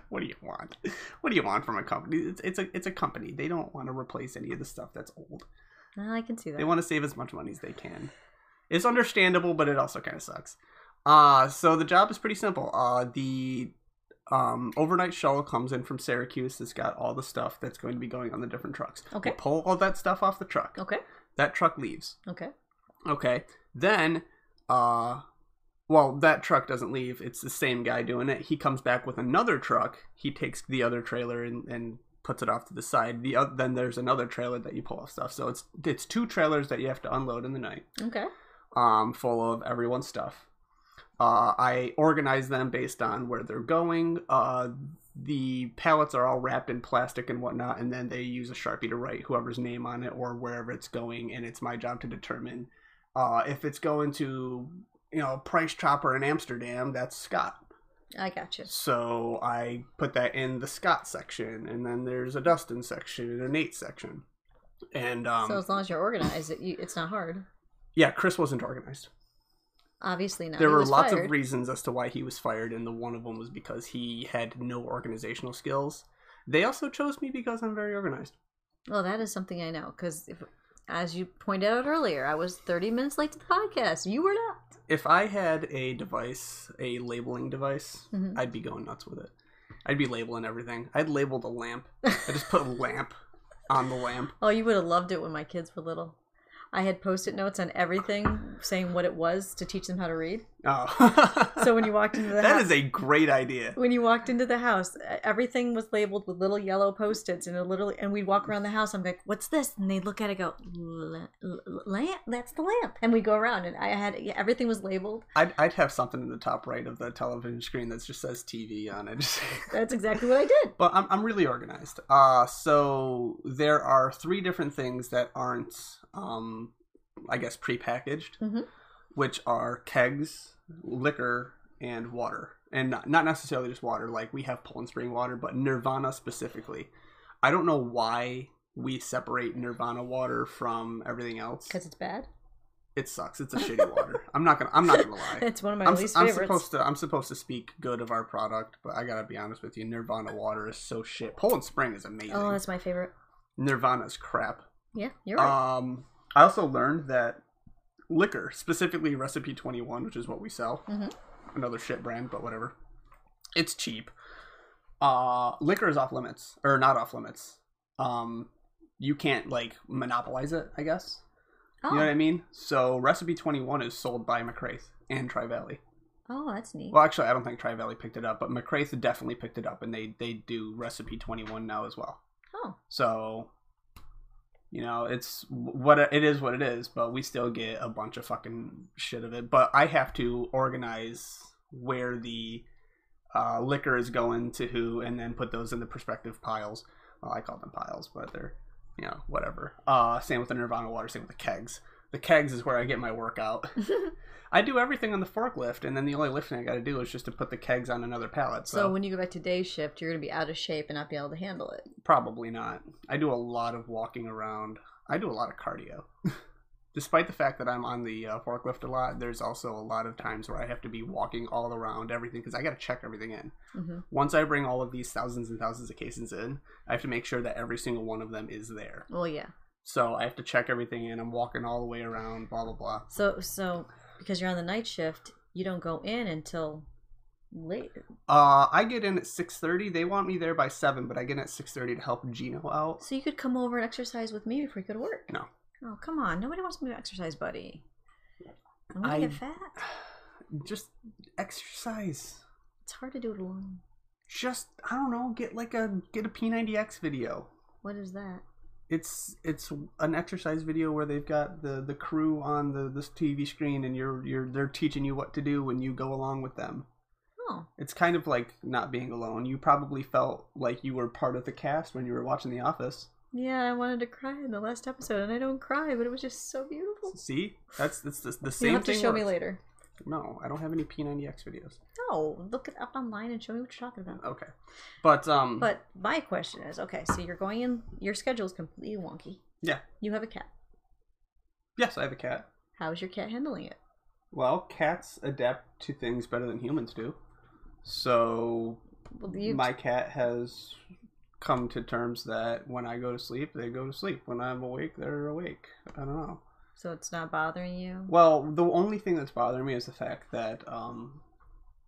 [SPEAKER 1] what do you want? What do you want from a company? It's, it's a it's a company. They don't want to replace any of the stuff that's old.
[SPEAKER 2] Ah, I can see that.
[SPEAKER 1] They want to save as much money as they can. It's understandable, but it also kind of sucks. Uh so the job is pretty simple. Uh the um, overnight shuttle comes in from Syracuse. It's got all the stuff that's going to be going on the different trucks. We
[SPEAKER 2] Okay.
[SPEAKER 1] pull all that stuff off the truck.
[SPEAKER 2] Okay.
[SPEAKER 1] That truck leaves.
[SPEAKER 2] Okay.
[SPEAKER 1] Okay. Then, uh, well, that truck doesn't leave. It's the same guy doing it. He comes back with another truck. He takes the other trailer and, and puts it off to the side. The oth- then there's another trailer that you pull off stuff. So it's it's two trailers that you have to unload in the night,
[SPEAKER 2] Okay.
[SPEAKER 1] um, full of everyone's stuff. Uh, I organize them based on where they're going. Uh, the pallets are all wrapped in plastic and whatnot, and then they use a sharpie to write whoever's name on it or wherever it's going, and it's my job to determine uh, if it's going to, you know, Price Chopper in Amsterdam, that's Scott.
[SPEAKER 2] I got you.
[SPEAKER 1] So I put that in the Scott section, and then there's a Dustin section and a Nate section. And um,
[SPEAKER 2] so as long as you're organized, it, you, it's not hard.
[SPEAKER 1] yeah, Chris wasn't organized.
[SPEAKER 2] Obviously not.
[SPEAKER 1] there
[SPEAKER 2] He
[SPEAKER 1] were
[SPEAKER 2] was
[SPEAKER 1] lots
[SPEAKER 2] fired.
[SPEAKER 1] of reasons as to why he was fired, and the one of them was because he had no organizational skills. They also chose me because I'm very organized.
[SPEAKER 2] Well, that is something I know because, as you pointed out earlier, I was 30 minutes late to the podcast. You were not.
[SPEAKER 1] If I had a device, a labeling device,
[SPEAKER 2] Mhm.
[SPEAKER 1] I'd be going nuts with it. I'd be labeling everything. I'd label the lamp. I just put lamp on the lamp.
[SPEAKER 2] Oh, you would have loved it when my kids were little. I had post-it notes on everything saying what it was to teach them how to read.
[SPEAKER 1] Oh.
[SPEAKER 2] So when you walked into the
[SPEAKER 1] that
[SPEAKER 2] house,
[SPEAKER 1] is a great idea.
[SPEAKER 2] when you walked into the house, e- everything was labeled with little yellow post-its and a little. And we'd walk around the house. I'm like, "What's this?" And they would look at it, go, "La- la- "Lamp. That's the lamp." And we go around, and I had yeah, everything was labeled.
[SPEAKER 1] I'd, I'd have something in the top right of the television screen that just says TV on it.
[SPEAKER 2] That's exactly what I did.
[SPEAKER 1] but I'm, I'm really organized. Uh, so there are three different things that aren't, um, I guess, prepackaged,
[SPEAKER 2] Mhm.
[SPEAKER 1] which are kegs, liquor, and water. And not, not necessarily just water. Like we have Poland Spring water, but Nirvana specifically. I don't know why we separate Nirvana water from everything else.
[SPEAKER 2] Because it's bad.
[SPEAKER 1] It sucks. It's a shitty water. I'm not gonna. I'm not gonna lie.
[SPEAKER 2] It's one of my
[SPEAKER 1] I'm,
[SPEAKER 2] least
[SPEAKER 1] I'm
[SPEAKER 2] favorites.
[SPEAKER 1] supposed to I'm supposed to speak good of our product, but I gotta be honest with you, Nirvana water is so shit. Poland Spring is amazing.
[SPEAKER 2] oh, that's my favorite.
[SPEAKER 1] Nirvana's crap.
[SPEAKER 2] Yeah, you're right.
[SPEAKER 1] Um, I also learned that liquor, specifically Recipe Twenty One, which is what we sell,
[SPEAKER 2] Mhm.
[SPEAKER 1] another shit brand, but whatever. It's cheap. Uh, liquor is off limits, or not off limits. Um, you can't like monopolize it, I guess.
[SPEAKER 2] oh.
[SPEAKER 1] Uh, You know what I mean? So Recipe Twenty One is sold by McCraith and Tri Valley.
[SPEAKER 2] oh, that's neat.
[SPEAKER 1] Well, actually, I don't think Tri Valley picked it up, but McCraith definitely picked it up, and they they do Recipe Twenty One now as well.
[SPEAKER 2] oh,
[SPEAKER 1] So You know, it's what it is what it is, but we still get a bunch of fucking shit of it. But I have to organize where the uh, liquor is going to who, and then put those in the perspective piles. Well, I call them piles, but they're you know whatever. Uh, same with the Nirvana water. Same with the kegs. The kegs is where I get my workout. I do everything on the forklift, and then the only lifting I got to do is just to put the kegs on another pallet. So,
[SPEAKER 2] so when you go back to day shift, you're going to be out of shape and not be able to handle it.
[SPEAKER 1] probably not. I do a lot of walking around. I do a lot of cardio. Despite the fact that I'm on the uh, forklift a lot, there's also a lot of times where I have to be walking all around everything because I got to check everything in.
[SPEAKER 2] hmm
[SPEAKER 1] Once I bring all of these thousands and thousands of cases in, I have to make sure that every single one of them is there.
[SPEAKER 2] Well, yeah.
[SPEAKER 1] So I have to check everything in. I'm walking all the way around, blah, blah, blah.
[SPEAKER 2] So so because you're on the night shift, you don't go in until late.
[SPEAKER 1] Uh, I get in at 6.30. They want me there by 7, but I get in at 6.30 to help Gino out.
[SPEAKER 2] So you could come over and exercise with me before you go to work.
[SPEAKER 1] No.
[SPEAKER 2] Oh come on! Nobody wants me to exercise, buddy. I'm gonna
[SPEAKER 1] I-
[SPEAKER 2] get fat.
[SPEAKER 1] just exercise.
[SPEAKER 2] It's hard to do it alone.
[SPEAKER 1] Just I don't know, get like a get a P90X video.
[SPEAKER 2] What is that?
[SPEAKER 1] It's it's an exercise video where they've got the the crew on the this TV screen and you're you're they're teaching you what to do when you go along with them.
[SPEAKER 2] Oh,
[SPEAKER 1] It's kind of like not being alone. You probably felt like you were part of the cast when you were watching The Office.
[SPEAKER 2] yeah. I wanted to cry in the last episode, and I don't cry, but it was just so beautiful.
[SPEAKER 1] See, that's that's the, the same
[SPEAKER 2] You'll have to
[SPEAKER 1] thing.
[SPEAKER 2] show me
[SPEAKER 1] works.
[SPEAKER 2] later.
[SPEAKER 1] No, I don't have any P90X videos.
[SPEAKER 2] No, "Oh, look it up online and show me what you're talking about.
[SPEAKER 1] Okay, but um,
[SPEAKER 2] But my question is, okay, so you're going in. Your schedule's completely wonky.
[SPEAKER 1] Yeah.
[SPEAKER 2] You have a cat.
[SPEAKER 1] yes, I have a cat.
[SPEAKER 2] How's your cat handling it?
[SPEAKER 1] Well, cats adapt to things better than humans do. So
[SPEAKER 2] Well, you
[SPEAKER 1] my cat has come to terms that when I go to sleep, they go to sleep. When I'm awake, they're awake. I don't know.
[SPEAKER 2] So it's not bothering you?
[SPEAKER 1] Well, the only thing that's bothering me is the fact that um,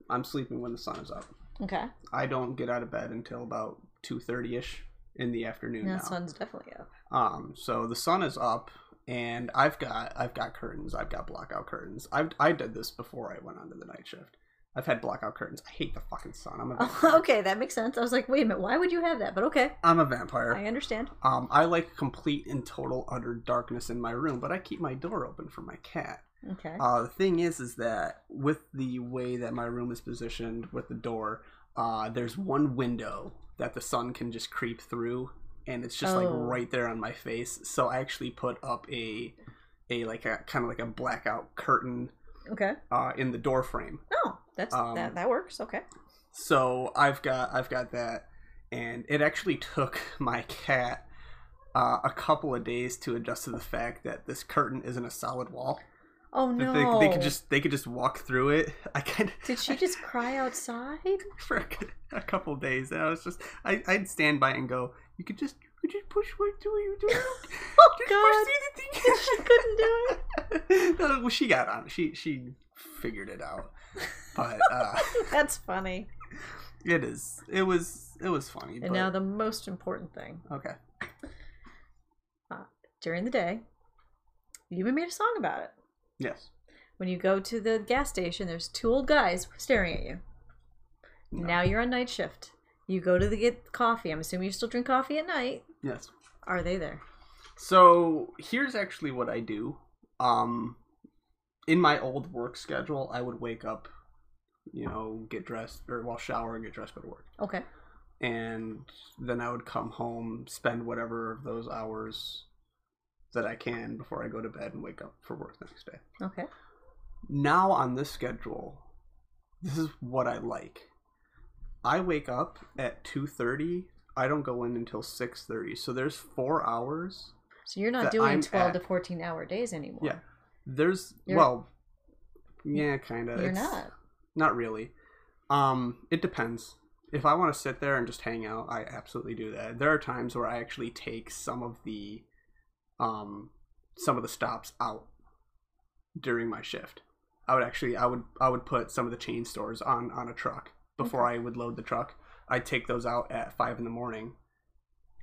[SPEAKER 1] I'm sleeping when the sun is up.
[SPEAKER 2] Okay.
[SPEAKER 1] I don't get out of bed until about two thirty ish in the afternoon.
[SPEAKER 2] No,
[SPEAKER 1] now.
[SPEAKER 2] this one's definitely up.
[SPEAKER 1] Um, so the sun is up, and I've got I've got curtains. I've got blackout curtains. I've I did this before I went onto the night shift. I've had blackout curtains. I hate the fucking sun. I'm a vampire.
[SPEAKER 2] Oh, okay, that makes sense. I was like, wait a minute, why would you have that? But okay,
[SPEAKER 1] I'm a vampire.
[SPEAKER 2] I understand.
[SPEAKER 1] um, I like complete and total utter darkness in my room, but I keep my door open for my cat.
[SPEAKER 2] Okay.
[SPEAKER 1] Uh, the thing is, is that with the way that my room is positioned with the door, uh, there's one window that the sun can just creep through, and it's just like
[SPEAKER 2] Oh.
[SPEAKER 1] right there on my face. So I actually put up a, a like a kind of like a blackout curtain
[SPEAKER 2] okay.
[SPEAKER 1] uh, in the door frame.
[SPEAKER 2] Oh, that's
[SPEAKER 1] um,
[SPEAKER 2] that, that works. Okay.
[SPEAKER 1] So I've got I've got that, and it actually took my cat uh, a couple of days to adjust to the fact that this curtain isn't a solid wall.
[SPEAKER 2] Oh
[SPEAKER 1] That
[SPEAKER 2] no.
[SPEAKER 1] They, they could just they could just walk through it. I kind of
[SPEAKER 2] Did she just cry outside?
[SPEAKER 1] for a, cou- a couple days, and I was just I I'd stand by and go, you could just you could just push right through you do
[SPEAKER 2] Oh
[SPEAKER 1] just
[SPEAKER 2] god.
[SPEAKER 1] push through the thing.
[SPEAKER 2] She couldn't do it.
[SPEAKER 1] no, well, she got on. it. She she figured it out. But uh,
[SPEAKER 2] That's funny.
[SPEAKER 1] it is it was it was funny.
[SPEAKER 2] And
[SPEAKER 1] but,
[SPEAKER 2] now the most important thing.
[SPEAKER 1] okay.
[SPEAKER 2] During the day, you even made a song about it.
[SPEAKER 1] Yes.
[SPEAKER 2] When you go to the gas station, there's two old guys staring at you.
[SPEAKER 1] No.
[SPEAKER 2] Now you're on night shift. You go to the get coffee. I'm assuming you still drink coffee at night.
[SPEAKER 1] Yes.
[SPEAKER 2] Are they there?
[SPEAKER 1] So here's actually what I do. Um, in my old work schedule, I would wake up, you know, get dressed or well, shower and get dressed, go to work.
[SPEAKER 2] Okay.
[SPEAKER 1] and then I would come home, spend whatever of those hours that I can before I go to bed and wake up for work the next day.
[SPEAKER 2] Okay.
[SPEAKER 1] Now on this schedule, this is what I like. I wake up at 2:30. I don't go in until 6:30. So there's 4 hours.
[SPEAKER 2] So you're not
[SPEAKER 1] that
[SPEAKER 2] doing
[SPEAKER 1] I'm
[SPEAKER 2] 12 to
[SPEAKER 1] at.
[SPEAKER 2] 14 hour days anymore.
[SPEAKER 1] Yeah. There's
[SPEAKER 2] You're-
[SPEAKER 1] well yeah, kind of.
[SPEAKER 2] You're not.
[SPEAKER 1] Not really. Um, it depends. If I want to sit there and just hang out, I absolutely do that. There are times where I actually take some of the, um, some of the stops out during my shift. I would actually, I would, I would put some of the chain stores on on a truck before I would load the truck. I would take those out at five in the morning,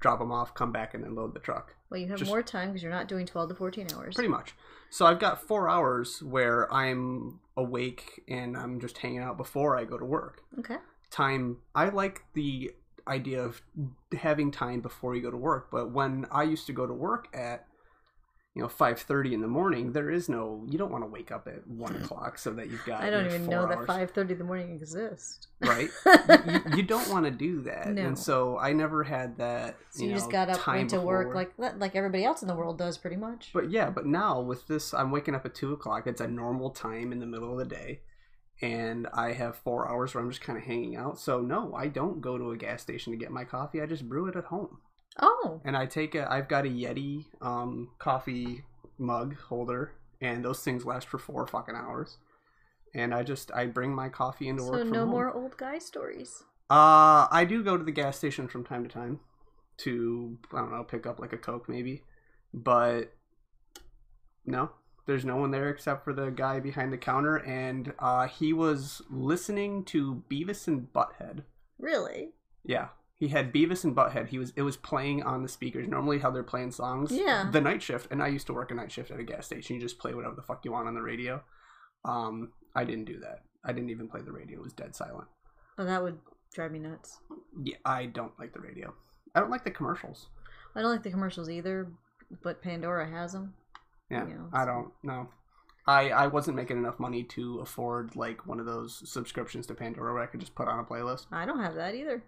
[SPEAKER 1] drop them off, come back, and then load the truck.
[SPEAKER 2] Well, you have
[SPEAKER 1] Just-
[SPEAKER 2] more time because you're not doing 12 to 14 hours.
[SPEAKER 1] Pretty much. So I've got four hours where I'm awake and I'm just hanging out before I go to work
[SPEAKER 2] Okay.
[SPEAKER 1] time i like the idea of having time before you go to work. But when I used to go to work at you know five thirty in the morning, there is no you don't want to wake up at one o'clock so that you've got
[SPEAKER 2] I don't
[SPEAKER 1] your
[SPEAKER 2] even
[SPEAKER 1] four
[SPEAKER 2] know that
[SPEAKER 1] hours.
[SPEAKER 2] five thirty in the morning exists.
[SPEAKER 1] right. you, you don't want to do that,
[SPEAKER 2] No.
[SPEAKER 1] and so I never had that.
[SPEAKER 2] so you just
[SPEAKER 1] know,
[SPEAKER 2] got up,
[SPEAKER 1] time
[SPEAKER 2] went to work
[SPEAKER 1] before.
[SPEAKER 2] like like everybody else in the world does, pretty much.
[SPEAKER 1] But yeah, but now with this, I'm waking up at two o'clock. It's a normal time in the middle of the day, and I have four hours where I'm just kind of hanging out. So no, I don't go to a gas station to get my coffee. I just brew it at home,
[SPEAKER 2] oh,
[SPEAKER 1] and I take a. I've got a Yeti um, coffee mug holder, and those things last for four fucking hours. And I just I bring my coffee into work.
[SPEAKER 2] so
[SPEAKER 1] from
[SPEAKER 2] no
[SPEAKER 1] home.
[SPEAKER 2] more old guy stories.
[SPEAKER 1] Uh, I do go to the gas station from time to time to I don't know pick up like a coke maybe, but no, there's no one there except for the guy behind the counter, and uh, he was listening to Beavis and Butthead.
[SPEAKER 2] Really?
[SPEAKER 1] Yeah, he had Beavis and Butthead. He was it was playing on the speakers. Normally, how they're playing songs.
[SPEAKER 2] Yeah.
[SPEAKER 1] The night shift, and I used to work a night shift at a gas station. You just play whatever the fuck you want on the radio. Um, I didn't do that. I didn't even play the radio. It was dead silent.
[SPEAKER 2] Oh, that would drive me nuts.
[SPEAKER 1] Yeah, I don't like the radio. I don't like the commercials.
[SPEAKER 2] I don't like the commercials either, but Pandora has them.
[SPEAKER 1] Yeah,
[SPEAKER 2] Yeah,
[SPEAKER 1] I
[SPEAKER 2] so-
[SPEAKER 1] don't know. I I wasn't making enough money to afford like one of those subscriptions to Pandora where I could just put on a playlist.
[SPEAKER 2] I don't have that either.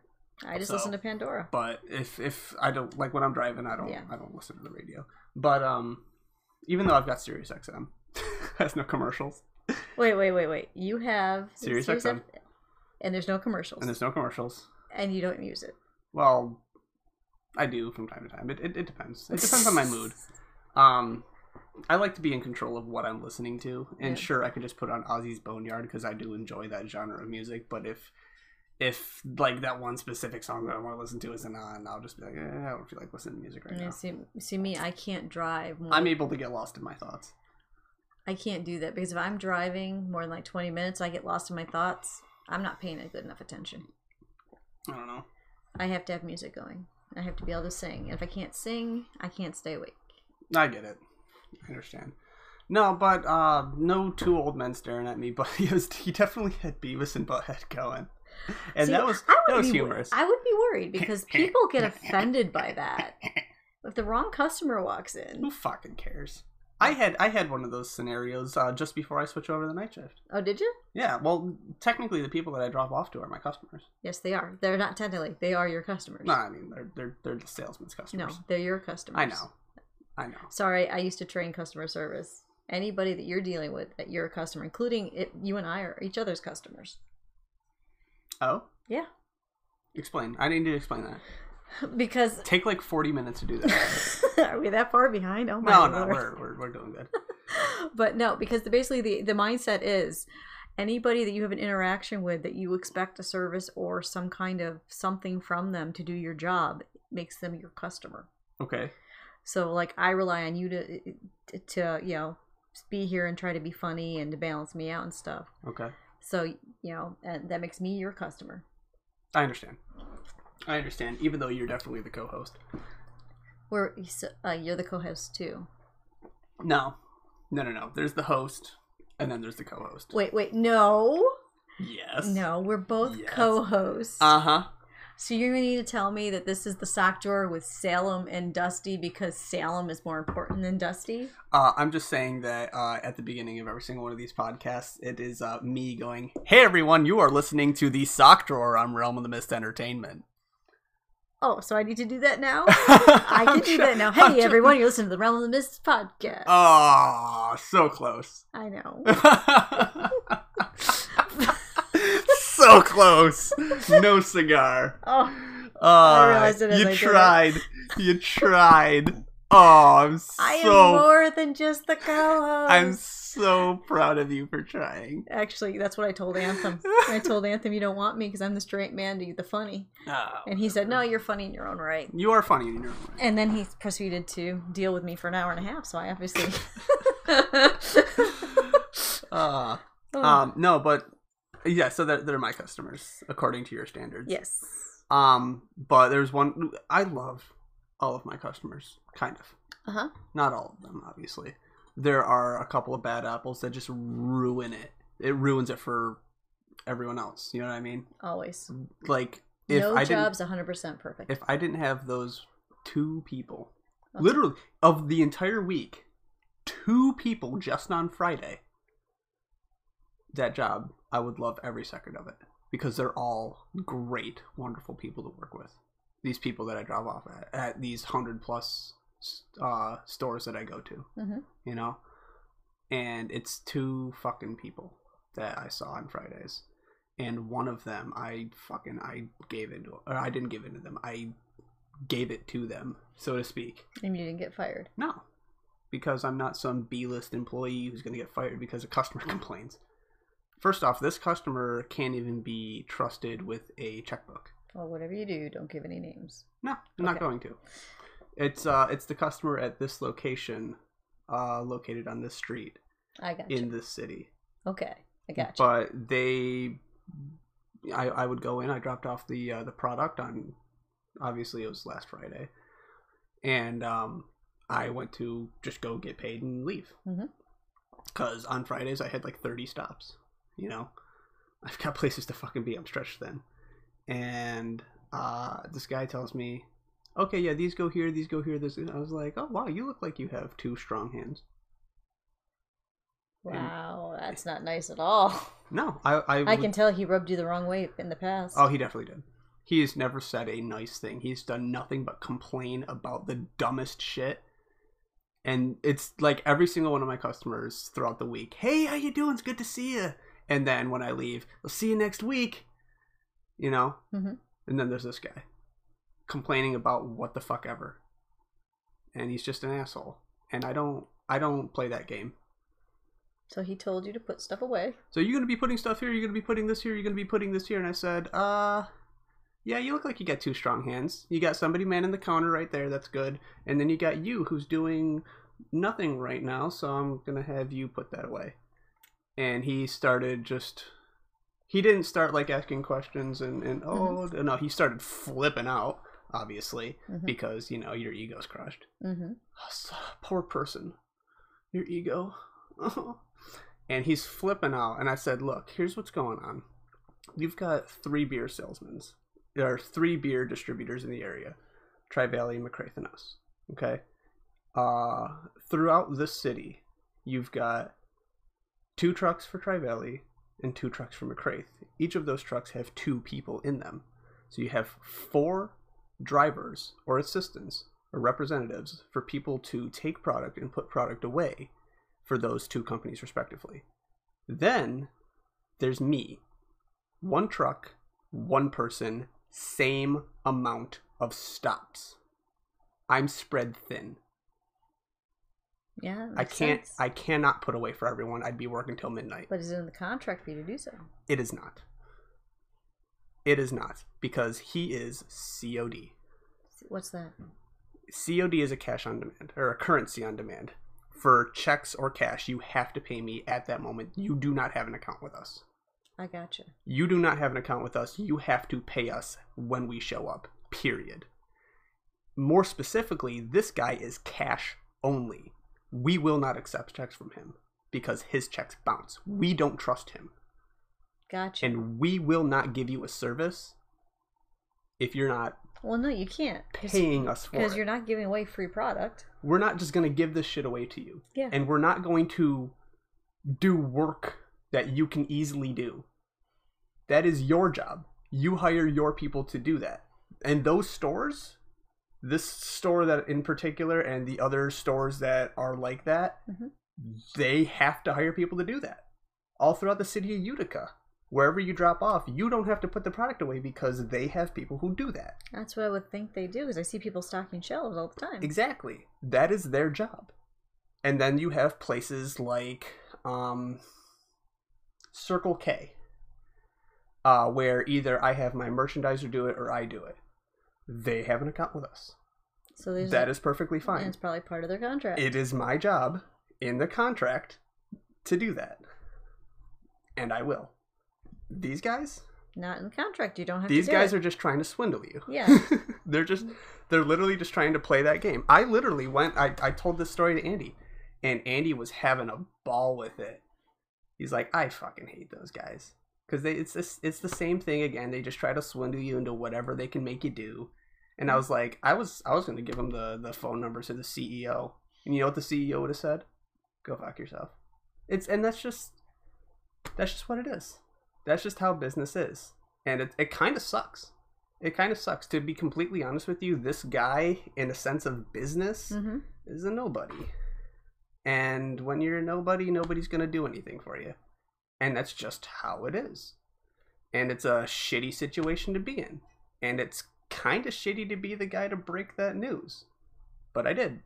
[SPEAKER 2] I just
[SPEAKER 1] So-
[SPEAKER 2] listen to Pandora.
[SPEAKER 1] But if if I don't like when I'm driving, I don't
[SPEAKER 2] Yeah.
[SPEAKER 1] I don't listen to the radio. But um, even though I've got Sirius XM, has no commercials
[SPEAKER 2] Wait, wait, wait, wait. You have
[SPEAKER 1] Sirius XM.
[SPEAKER 2] and there's no commercials,
[SPEAKER 1] and
[SPEAKER 2] and,
[SPEAKER 1] there's no commercials.
[SPEAKER 2] you don't use it.
[SPEAKER 1] Well, I do from time to time. It it, it depends. It depends on my mood. Um, I like to be in control of what I'm listening to, and
[SPEAKER 2] Yeah.
[SPEAKER 1] sure, I could just put on Ozzy's Boneyard because I do enjoy that genre of music. But if if like that one specific song that I want to listen to isn't on, I'll just be like, eh, I don't feel like listening to music right
[SPEAKER 2] Yeah,
[SPEAKER 1] now.
[SPEAKER 2] see, see me, I can't drive. More,
[SPEAKER 1] I'm able to get lost in my thoughts.
[SPEAKER 2] I can't do that because if I'm driving more than like 20 minutes, I get lost in my thoughts. I'm not paying it good enough attention.
[SPEAKER 1] I don't know.
[SPEAKER 2] I have to have music going. I have to be able to sing. And if I can't sing, I can't stay awake.
[SPEAKER 1] I get it. I understand. No, but uh, no two old men staring at me. But he was he definitely had Beavis and Butthead going, and
[SPEAKER 2] See,
[SPEAKER 1] that was
[SPEAKER 2] I would
[SPEAKER 1] that was
[SPEAKER 2] be wor-
[SPEAKER 1] humorous.
[SPEAKER 2] I would be worried because people get offended by that. If the wrong customer walks
[SPEAKER 1] Who
[SPEAKER 2] in.
[SPEAKER 1] fucking cares? I had I had one of those scenarios uh, just before I switch over to the night shift.
[SPEAKER 2] Oh, did you?
[SPEAKER 1] Yeah, well, technically the people that I drop off to are my customers.
[SPEAKER 2] Yes, they are. They're not technically. They are your customers.
[SPEAKER 1] No, I mean they're they're they're the salesman's
[SPEAKER 2] No,
[SPEAKER 1] customers.
[SPEAKER 2] they're your customers.
[SPEAKER 1] I know, I know.
[SPEAKER 2] Sorry, I used to train customer service. Anybody that you're dealing with, that you're a customer, including it, you and I are each other's customers.
[SPEAKER 1] Oh,
[SPEAKER 2] Yeah.
[SPEAKER 1] explain. I need to explain that.
[SPEAKER 2] Because
[SPEAKER 1] Take like forty minutes to do that.
[SPEAKER 2] are we that far behind? Oh my
[SPEAKER 1] no, no,
[SPEAKER 2] lord.
[SPEAKER 1] we're, we're we're doing good.
[SPEAKER 2] But no, because the, basically the, the mindset is anybody that you have an interaction with that you expect a service or some kind of something from them to do your job makes them your customer.
[SPEAKER 1] Okay,
[SPEAKER 2] So like I rely on you to to, to you know be here and try to be funny and to balance me out and stuff.
[SPEAKER 1] okay.
[SPEAKER 2] So you know and that makes me your customer.
[SPEAKER 1] I understand. I understand. Even though you're definitely the co-host.
[SPEAKER 2] Where uh, you're the co-host too.
[SPEAKER 1] No, no, no, no. There's the host, and then there's the co-host.
[SPEAKER 2] Wait, wait, no,
[SPEAKER 1] Yes.
[SPEAKER 2] no, we're both
[SPEAKER 1] Yes.
[SPEAKER 2] co-hosts.
[SPEAKER 1] Uh huh.
[SPEAKER 2] so you're gonna need to tell me that this is the sock drawer with Salem and Dusty because Salem is more important than Dusty.
[SPEAKER 1] Uh, I'm just saying that uh, at the beginning of every single one of these podcasts, it is uh, me going, "Hey everyone, you are listening to the Sock Drawer on Realm of the Mist Entertainment."
[SPEAKER 2] Oh, so I need to do that now. I
[SPEAKER 1] I
[SPEAKER 2] can do that now. Hey, everyone, you're listening to the Realm of the Mist podcast.
[SPEAKER 1] Uh, Oh, so close.
[SPEAKER 2] I know.
[SPEAKER 1] so close. No cigar.
[SPEAKER 2] Oh.
[SPEAKER 1] Oh,
[SPEAKER 2] realized it as
[SPEAKER 1] you
[SPEAKER 2] I did it.
[SPEAKER 1] tried. You tried. Oh, I'm
[SPEAKER 2] I am
[SPEAKER 1] so.
[SPEAKER 2] more than just the co-host.
[SPEAKER 1] I'm so proud of you for trying.
[SPEAKER 2] Actually, that's what I told Anthem. I told Anthem, "You don't want me because I'm the straight man to you, the funny." And he said, "No, you're funny in your own right."
[SPEAKER 1] You are funny in your own way.
[SPEAKER 2] And then he proceeded to deal with me for an hour and a half. So I obviously.
[SPEAKER 1] Uh, um, no, but yeah, so they're, they're my customers according to your standards.
[SPEAKER 2] yes.
[SPEAKER 1] Um, but there's one I love all of my customers, kind of.
[SPEAKER 2] Uh huh.
[SPEAKER 1] Not all of them, obviously. There are a couple of bad apples that just ruin it. It ruins it for everyone else. You know what I mean?
[SPEAKER 2] Always.
[SPEAKER 1] Like Mm. If
[SPEAKER 2] no
[SPEAKER 1] I didn't,
[SPEAKER 2] job's 100% perfect.
[SPEAKER 1] if I didn't have those two people,
[SPEAKER 2] Okay.
[SPEAKER 1] literally of the entire week, two people just on Friday, that job, I would love every second of it because they're all great, wonderful people to work with. These people that I drop off at, at these hundred plus uh, stores that I go to,
[SPEAKER 2] hmm
[SPEAKER 1] you know, and it's two fucking people that I saw on Fridays, and one of them I fucking I gave into or I didn't give into them I gave it to them so to speak.
[SPEAKER 2] And you didn't get fired.
[SPEAKER 1] No, because I'm not some B-list employee who's going to get fired because a customer complains. First off, this customer can't even be trusted with a checkbook.
[SPEAKER 2] Well, whatever you do, don't give any names.
[SPEAKER 1] No, I'm not
[SPEAKER 2] Okay.
[SPEAKER 1] going to. It's uh, it's the customer at this location, uh, located on this street
[SPEAKER 2] I got
[SPEAKER 1] in
[SPEAKER 2] you.
[SPEAKER 1] this city.
[SPEAKER 2] Okay, I got you.
[SPEAKER 1] But they, I, I would go in. I dropped off the uh, the product on, obviously it was last Friday, and um, I went to just go get paid and leave.
[SPEAKER 2] Mhm.
[SPEAKER 1] Cause on Fridays I had like thirty stops. You know, I've got places to fucking be. I'm stretched thin, and uh, this guy tells me, "Okay, yeah, these go here, these go here." This, and I was like, "Oh wow, you look like you have two strong hands." and-
[SPEAKER 2] Wow, that's not nice at all.
[SPEAKER 1] No, I I,
[SPEAKER 2] I
[SPEAKER 1] would-
[SPEAKER 2] can tell he rubbed you the wrong way in the past.
[SPEAKER 1] Oh, he definitely did. He has never said a nice thing. He's done nothing but complain about the dumbest shit. And it's like every single one of my customers throughout the week. Hey, how you doing? It's good to see you. And then when I leave, I'll see you next week. You know.
[SPEAKER 2] Mhm.
[SPEAKER 1] And then there's this guy complaining about what the fuck ever. And he's just an asshole. And I don't, I don't play that game.
[SPEAKER 2] So he told you to put stuff away.
[SPEAKER 1] So you're gonna be putting stuff here. You're gonna be putting this here. You're gonna be putting this here. And I said, uh, yeah, you look like you got two strong hands. You got somebody manning the counter right there. That's good. And then you got you who's doing nothing right now. So I'm gonna have you put that away. And he started just. He didn't start like asking questions and and oh no, he started flipping out obviously
[SPEAKER 2] Mhm.
[SPEAKER 1] because you know your ego's crushed.
[SPEAKER 2] Mm-hmm.
[SPEAKER 1] S- poor person your ego and he's flipping out and i said look here's what's going on you've got three beer salesmen there are three beer distributors in the area tri-valley mccraith and us okay uh throughout this city you've got two trucks for tri-valley and two trucks for mccraith each of those trucks have two people in them so you have four drivers or assistants or representatives for people to take product and put product away for those two companies respectively. Then there's me. One truck, one person, same amount of stops. I'm spread thin.
[SPEAKER 2] Yeah, that
[SPEAKER 1] I
[SPEAKER 2] makes
[SPEAKER 1] can't
[SPEAKER 2] sense.
[SPEAKER 1] I cannot put away for everyone. I'd be working till midnight.
[SPEAKER 2] But is it in the contract for you to do so?
[SPEAKER 1] It is not. It is not because he is COD.
[SPEAKER 2] What's that?
[SPEAKER 1] COD is a cash on demand or a currency on demand. For checks or cash, you have to pay me at that moment. You do not have an account with us.
[SPEAKER 2] I got you.
[SPEAKER 1] You do not have an account with us. You have to pay us when we show up. Period. More specifically, this guy is cash only. We will not accept checks from him because his checks bounce. We don't trust him.
[SPEAKER 2] Gotcha.
[SPEAKER 1] And we will not give you a service if you're not
[SPEAKER 2] well, no, you can't
[SPEAKER 1] paying us for
[SPEAKER 2] because
[SPEAKER 1] it.
[SPEAKER 2] you're not giving away free product.
[SPEAKER 1] we're not just going to give this shit away to you.
[SPEAKER 2] Yeah.
[SPEAKER 1] and we're not going to do work that you can easily do. That is your job. You hire your people to do that. And those stores, this store that in particular, and the other stores that are like that,
[SPEAKER 2] Mhm.
[SPEAKER 1] they have to hire people to do that. All throughout the city of Utica, wherever you drop off, you don't have to put the product away because they have people who do that.
[SPEAKER 2] That's what I would think they do because I see people stocking shelves all the time.
[SPEAKER 1] Exactly. That is their job. And then you have places like um, Circle K, uh, where either I have my merchandiser do it or I do it. They have an account with us.
[SPEAKER 2] so there's
[SPEAKER 1] That is perfectly
[SPEAKER 2] And
[SPEAKER 1] fine.
[SPEAKER 2] it's probably part of their contract.
[SPEAKER 1] It is my job in the contract to do that. And I will. These guys,
[SPEAKER 2] Not in the contract. You don't have
[SPEAKER 1] these
[SPEAKER 2] to. do
[SPEAKER 1] guys
[SPEAKER 2] it.
[SPEAKER 1] are just trying to swindle you.
[SPEAKER 2] Yeah.
[SPEAKER 1] they're just they're literally just trying to play that game. I literally went I, I told this story to Andy and Andy was having a ball with it. He's like, I fucking hate those guys. because it's this, it's the same thing again. They just try to swindle you into whatever they can make you do. And
[SPEAKER 2] Hmm.
[SPEAKER 1] I was like, I was I was going to give them the the phone number to the E CEO, and you know what the CEO would have said? Go fuck yourself. It's and that's just that's just what it is. That's just how business is, and it it kind of sucks. It kind of sucks to be completely honest with you. This guy, in a sense of business,
[SPEAKER 2] Mm-hmm.
[SPEAKER 1] is a nobody. And when you're a nobody, nobody's going to do anything for you. And that's just how it is. And it's a shitty situation to be in. And it's kind of shitty to be the guy to break that news. But I did.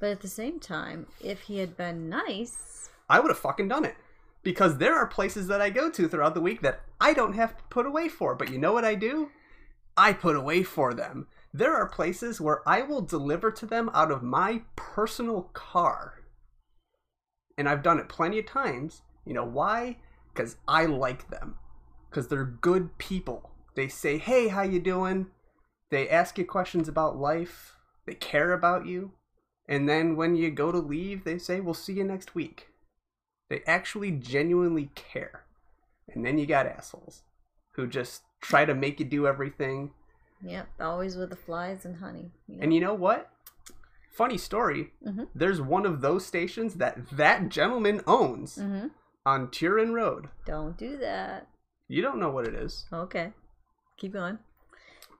[SPEAKER 2] But at the same time, if he had been nice,
[SPEAKER 1] I would have fucking done it. Because there are places that I go to throughout the week that I don't have to put away for. But you know what I do? I put away for them. There are places where I will deliver to them out of my personal car. And I've done it plenty of times. You know why? Because I like them. Because they're good people. They say, hey, how you doing? They ask you questions about life. They care about you. And then when you go to leave, they say, we'll see you next week. They actually genuinely care. And then you got assholes who just try to make you do everything.
[SPEAKER 2] yep, always with the flies and honey.
[SPEAKER 1] And you know what? Funny story.
[SPEAKER 2] Mhm.
[SPEAKER 1] There's one of those stations that that gentleman owns
[SPEAKER 2] hmm
[SPEAKER 1] on Turin Road.
[SPEAKER 2] Don't do that.
[SPEAKER 1] You don't know what it is
[SPEAKER 2] Okay, keep going.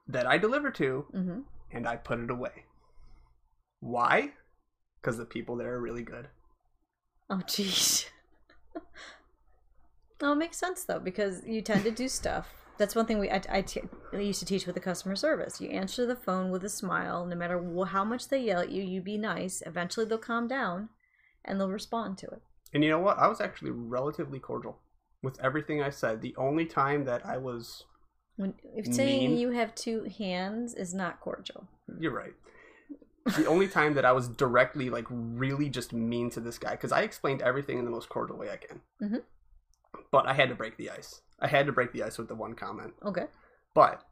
[SPEAKER 1] that I deliver to
[SPEAKER 2] Mm-hmm.
[SPEAKER 1] and I put it away. Why? Because the people there are really good.
[SPEAKER 2] Oh, jeez. no, it makes sense though because you tend to do stuff. That's one thing we I, I t- I used to teach with the customer service. You answer the phone with a smile, no matter wh- how much they yell at you. You be nice. Eventually, they'll calm down, and they'll respond to it.
[SPEAKER 1] And you know what? I was actually relatively cordial with everything I said. The only time that I was
[SPEAKER 2] When if saying
[SPEAKER 1] Mean.
[SPEAKER 2] you have two hands is not cordial.
[SPEAKER 1] You're right. The only time that I was directly, like, really just mean to this guy, because I explained everything in the most cordial way I can.
[SPEAKER 2] Mhm.
[SPEAKER 1] But I had to break the ice. I had to break the ice with the one comment.
[SPEAKER 2] Okay.
[SPEAKER 1] But